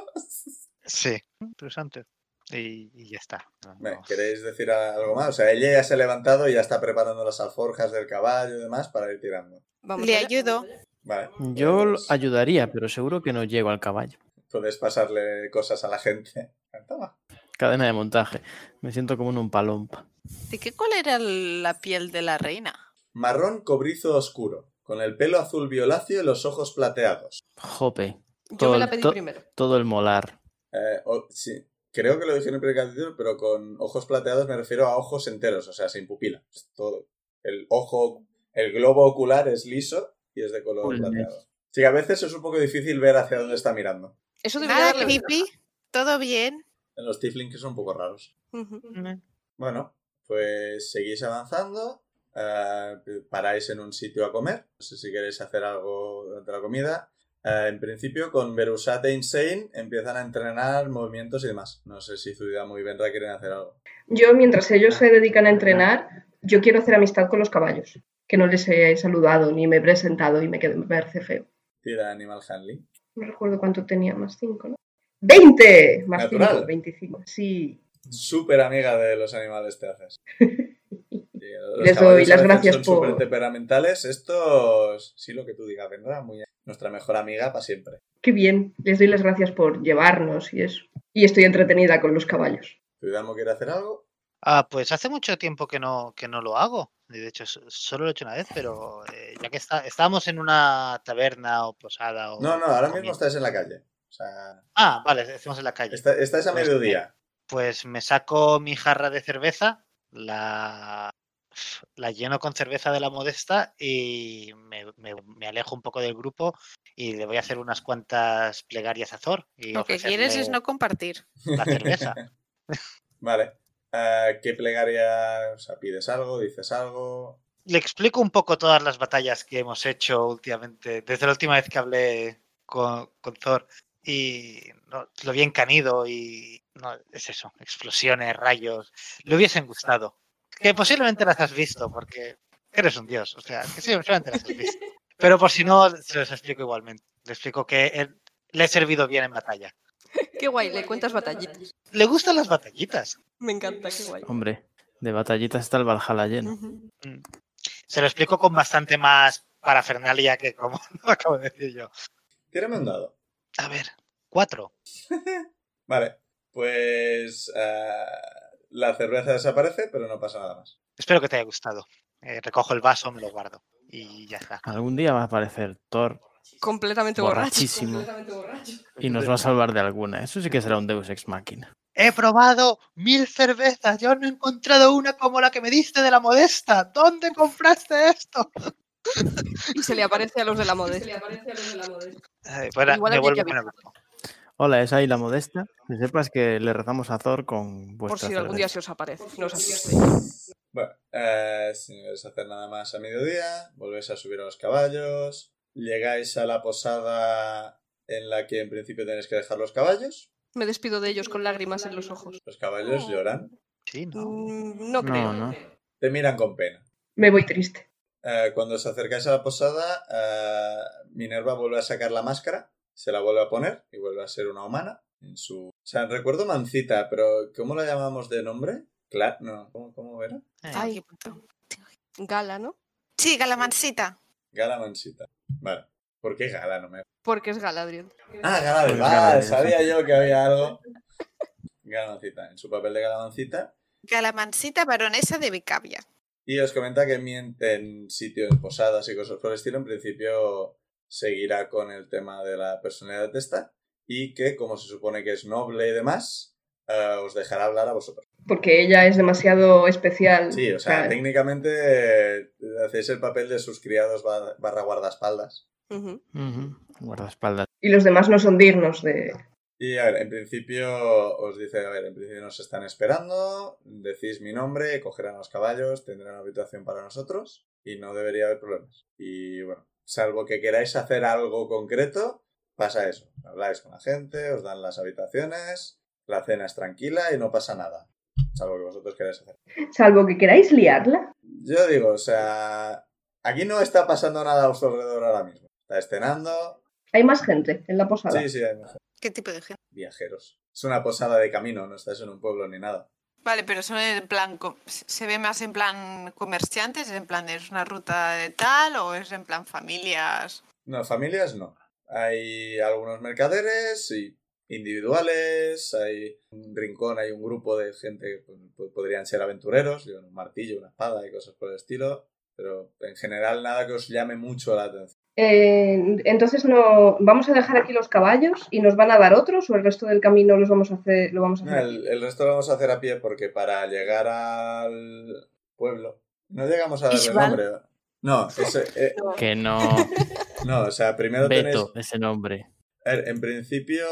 sí, interesante. Y, y ya está. no-
Bien,
no.
¿Queréis decir a- algo más? O sea, ella ya se ha levantado y ya está preparando las alforjas del caballo y demás para ir tirando.
Vamos
Le
allá.
ayudo.
Vale.
Yo lo
pues,
ayudaría, pero seguro que no llego al caballo.
Puedes pasarle cosas a la gente. Toma.
Cadena de montaje. Me siento como en un palompa.
¿De qué cuál era la piel de la reina?
Marrón cobrizo oscuro, con el pelo azul violáceo y los ojos plateados.
Jope.
Yo
Todo,
me
el-
la pedí
to-
primero.
todo el molar.
Eh, o- sí, creo que lo dije en el primer capítulo, pero con ojos plateados me refiero a ojos enteros, o sea, sin pupila. Es todo. El ojo, el globo ocular es liso y es de color
Full
plateado. Sí, a veces es un poco difícil ver hacia dónde está mirando.
Eso debería
Nada
darle ventaja.
creepy, todo bien.
En los tieflings que son un poco raros.
Ujú.
Bueno, pues seguís avanzando. eh, paráis en un sitio a comer. No sé si queréis hacer algo durante la comida. Eh, en principio, con Verusat e Insane empiezan a entrenar movimientos y demás. No sé si Zuidamu y Benra quieren hacer algo.
Yo, mientras ellos se dedican a entrenar, yo quiero hacer amistad con los caballos, que no les he saludado ni me he presentado y me quedo- me parece feo.
Tira Animal Handling.
No recuerdo cuánto tenía, más 5, ¿no? ¡20! Más
Natural.
5, 25. Sí.
Súper amiga de los animales te haces. Sí, los
Les doy
caballos a
las
veces
gracias
son
por-
súper temperamentales. Estos, sí, lo que tú digas, Benra. Muy... Nuestra mejor amiga para siempre.
Qué bien. Les doy las gracias por llevarnos y eso. Y estoy entretenida con los caballos.
¿Zuidamu quiere hacer algo?
Ah, pues hace mucho tiempo que no, que no lo hago. y De hecho, so- solo lo he hecho una vez, pero eh, ya que está, estábamos en una taberna o posada o...
No, no, ahora mismo
comiendo.
estáis en la calle. O sea,
Ah, vale, estamos en la calle.
está- estáis a
Pues,
mediodía.
Pues me saco mi jarra de cerveza, la, la lleno con cerveza de la modesta y me, me- me alejo un poco del grupo y le voy a hacer unas cuantas plegarias a Zor. Y
Lo que quieres es
ofrecerle
no compartir.
La cerveza.
Vale. Ah, ¿Qué plegaria? O sea, pides algo, dices algo.
Le explico un poco todas las batallas que hemos hecho últimamente, desde la última vez que hablé con, con Thor y no, lo bien canido y no, es eso, explosiones, rayos, le hubiesen gustado. Que posiblemente las has visto porque eres un dios, o sea, que sí, posiblemente las has visto. Pero por si no, se los explico igualmente. Le explico que él- le he servido bien en batalla.
Qué guay, le cuentas batallitas.
Le gustan las batallitas.
Me encanta, qué guay.
Hombre, de batallitas está el Valhalla lleno.
Ujú.
Se lo explico con bastante más parafernalia que como lo acabo de decir yo.
Tírame un dado.
A ver, cuatro.
Vale. Pues ah, la cerveza desaparece, pero no pasa nada más.
Espero que te haya gustado. Eh, recojo el vaso, me lo guardo y ya está.
Algún día va a aparecer Thor
Completamente borracho.
borrachísimo
Pues
y nos va a salvar de alguna. Eso sí que será un Deus ex machina.
He probado mil cervezas. Yo no he encontrado una como la que me diste de la modesta. ¿Dónde compraste esto?
Y se le aparece a los de la modesta.
Eh, bueno,
Igual
me
habría que
vuelvo con el grupo.
Hola, es ahí la modesta. Que sepas que le rezamos a Thor con
Por
vuestra
si algún día
cerveza.
se os aparece. No os asustéis.
Bueno, eh, si no vais a hacer nada más a mediodía, volvéis a subir a los caballos, llegáis a la posada en la que en principio tenéis que dejar los caballos.
Me despido de ellos con lágrimas en los ojos.
Los caballos
Ah.
lloran,
Sí, no.
Mm, No
No,
creo.
no.
te miran con pena.
Me voy triste.
Eh, cuando os acercáis a la posada, eh, Minerva vuelve a sacar la máscara, se la vuelve a poner y vuelve a ser una humana. En su... O sea, recuerdo Mancita, pero ¿cómo la llamamos de nombre? Claro, no, ¿cómo, cómo era?
Eh,
Ay.
Aquí, punto.
Gala, ¿no?
Sí, Galamancita.
Gala Mansita. Vale. ¿Por qué Gala no me...
Porque es Galadriel.
Ah, Gala del
Pues
Val,
Gala del-
sabía yo que había algo. Gala Mansita, en su papel de Gala Mansita.
Galamancita baronesa de Vicavia.
Y os comenta que mienten sitios, posadas y cosas por el estilo. En principio seguirá con el tema de la personalidad de esta. Y que, como se supone que es noble y demás, eh, os dejará hablar a vosotros.
Porque ella es demasiado especial.
Sí, o sea,
Claro.
técnicamente eh, hacéis el papel de sus criados bar- barra guardaespaldas.
Ujú.
Ujú. Guardaespaldas.
Y los demás no son dignos de...
Y a ver, en principio os dice, a ver, en principio nos están esperando, decís mi nombre, cogerán los caballos, tendrán habitación para nosotros y no debería haber problemas. Y bueno, salvo que queráis hacer algo concreto, pasa eso. Habláis con la gente, os dan las habitaciones, la cena es tranquila y no pasa nada. Salvo que vosotros queráis hacer.
Salvo que queráis liarla.
Yo digo, o sea, aquí no está pasando nada a vuestro alrededor ahora mismo. Estáis cenando.
Hay más gente en la posada.
Sí, sí, hay más
¿Qué tipo de gente?
viajeros. Es una posada de camino, no estáis en un pueblo ni nada.
Vale, pero son en plan. com- ¿Se ve más en plan comerciantes? ¿En plan es una ruta de tal? ¿O es en plan familias?
No, familias no. Hay algunos mercaderes y individuales, hay un rincón, hay un grupo de gente que pues, po- podrían ser aventureros, llevan un martillo, una espada y cosas por el estilo, pero en general nada que os llame mucho la atención.
Eh, entonces no vamos a dejar aquí los caballos y nos van a dar otros o el resto del camino los vamos a hacer lo vamos a
No,
hacer.
el, el resto lo vamos a hacer a pie porque para llegar al pueblo no llegamos a darle
Ishbal.
nombre. No, es, eh,
Que no.
No, o sea, primero tenéis...
Beto, ese nombre.
A ver, en principio,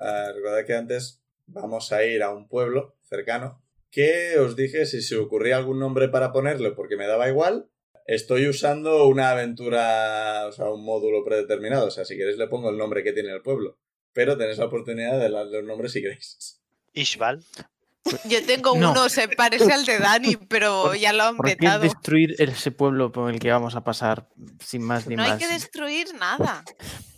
eh, recordad que antes vamos a ir a un pueblo cercano que os dije si se ocurría algún nombre para ponerle porque me daba igual. Estoy usando una aventura, o sea, un módulo predeterminado. O sea, si queréis le pongo el nombre que tiene el pueblo. Pero tenéis la oportunidad de darle un nombre si queréis.
Ishbal.
Yo tengo
No.
uno, se parece al de Dani, pero
¿Por-
ya lo han
¿Por qué
vetado.
destruir ese pueblo por el que vamos a pasar sin más ni
No
más?
hay que destruir nada.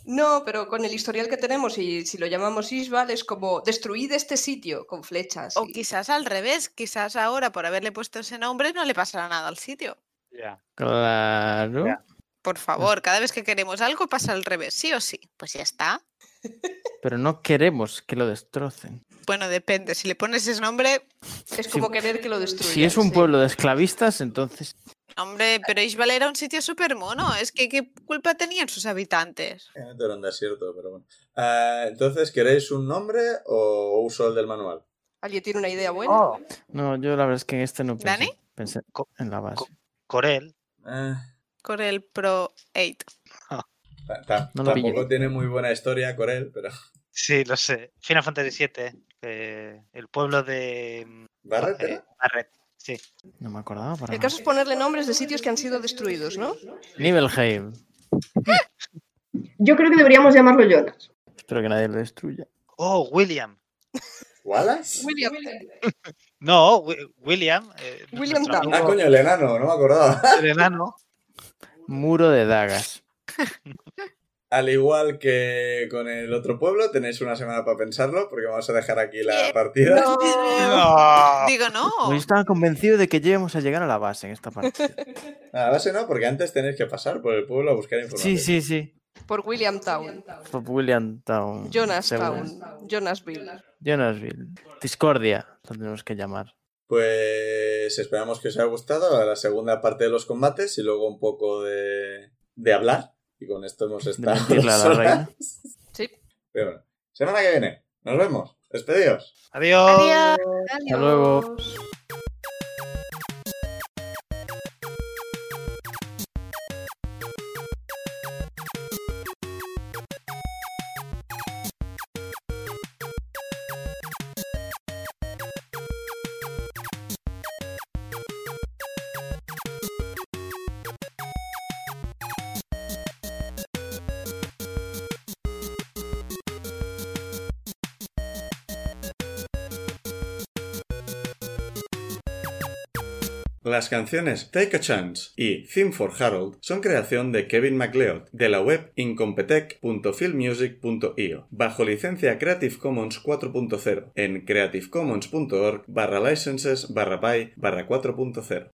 No, pero con el historial que tenemos y si lo llamamos Isbal es como destruid este sitio con flechas.
O
y-
quizás al revés, quizás ahora por haberle puesto ese nombre no le pasará nada al sitio.
Ya.
Claro.
Ya.
Por favor, cada vez que queremos algo pasa al revés, sí o sí. Pues ya está.
Pero no queremos que lo destrocen.
Bueno, depende. Si le pones ese nombre,
Es como querer que lo destruyan.
Si es un
sí.
pueblo de esclavistas, entonces
hombre, pero Isbal era un sitio súper mono. Es que qué culpa tenían sus habitantes.
Eh, Era un desierto, pero bueno. Ah, entonces, ¿queréis un nombre o uso el del manual?
¿Alguien tiene una idea buena?
Oh,
No, yo la verdad es que en este no pensé.
¿Dani?
Pensé
Co-
en la base.
co- Corel.
Eh,
Con el Pro 8.
ta- ta-
No lo
tampoco
pillo.
tiene muy buena historia Corel, pero...
Sí, lo sé. Final Fantasy VII. eh, el pueblo de mm,
¿Barret,
eh,
era?
Barret.
No me acordaba para
El
nada.
caso es ponerle nombres de sitios que han sido destruidos, ¿no?
Nibelheim.
Yo creo que deberíamos llamarlo Jonas.
Espero que nadie lo destruya.
Oh, William.
¿Wallace?
William.
No, Wi- William. eh,
William
nuestro
Dunn.
Ah,
amigo,
coño, el enano, no me acordaba.
el enano.
Muro de dagas.
Al igual que con el otro pueblo, tenéis una semana para pensarlo, porque vamos a dejar aquí la partida.
No.
Digo, no.
Pues Yo estaba convencido de que íbamos a llegar a la base en esta partida.
A la base no, porque antes tenéis que pasar por el pueblo a buscar información.
sí, sí, sí.
Por William Town.
Fue William Town.
Jonas
seguro.
Town. Jonasville.
Jonasville. Discordia. Lo tenemos que llamar.
Pues esperamos que os haya gustado la segunda parte de los combates y luego un poco de, de hablar. Y con esto hemos
De
estado.
mentirle a
dos
la
horas.
reina.
Sí.
Pero bueno, semana que viene. Nos vemos. Despedidos.
Adiós.
Adiós.
Hasta luego.
Las canciones Take a Chance y Theme for Harold son creación de Kevin MacLeod de la web incompetech.filmmusic.io bajo licencia Creative Commons 4.0 en creativecommons.org barra licenses barra by barra 4.0.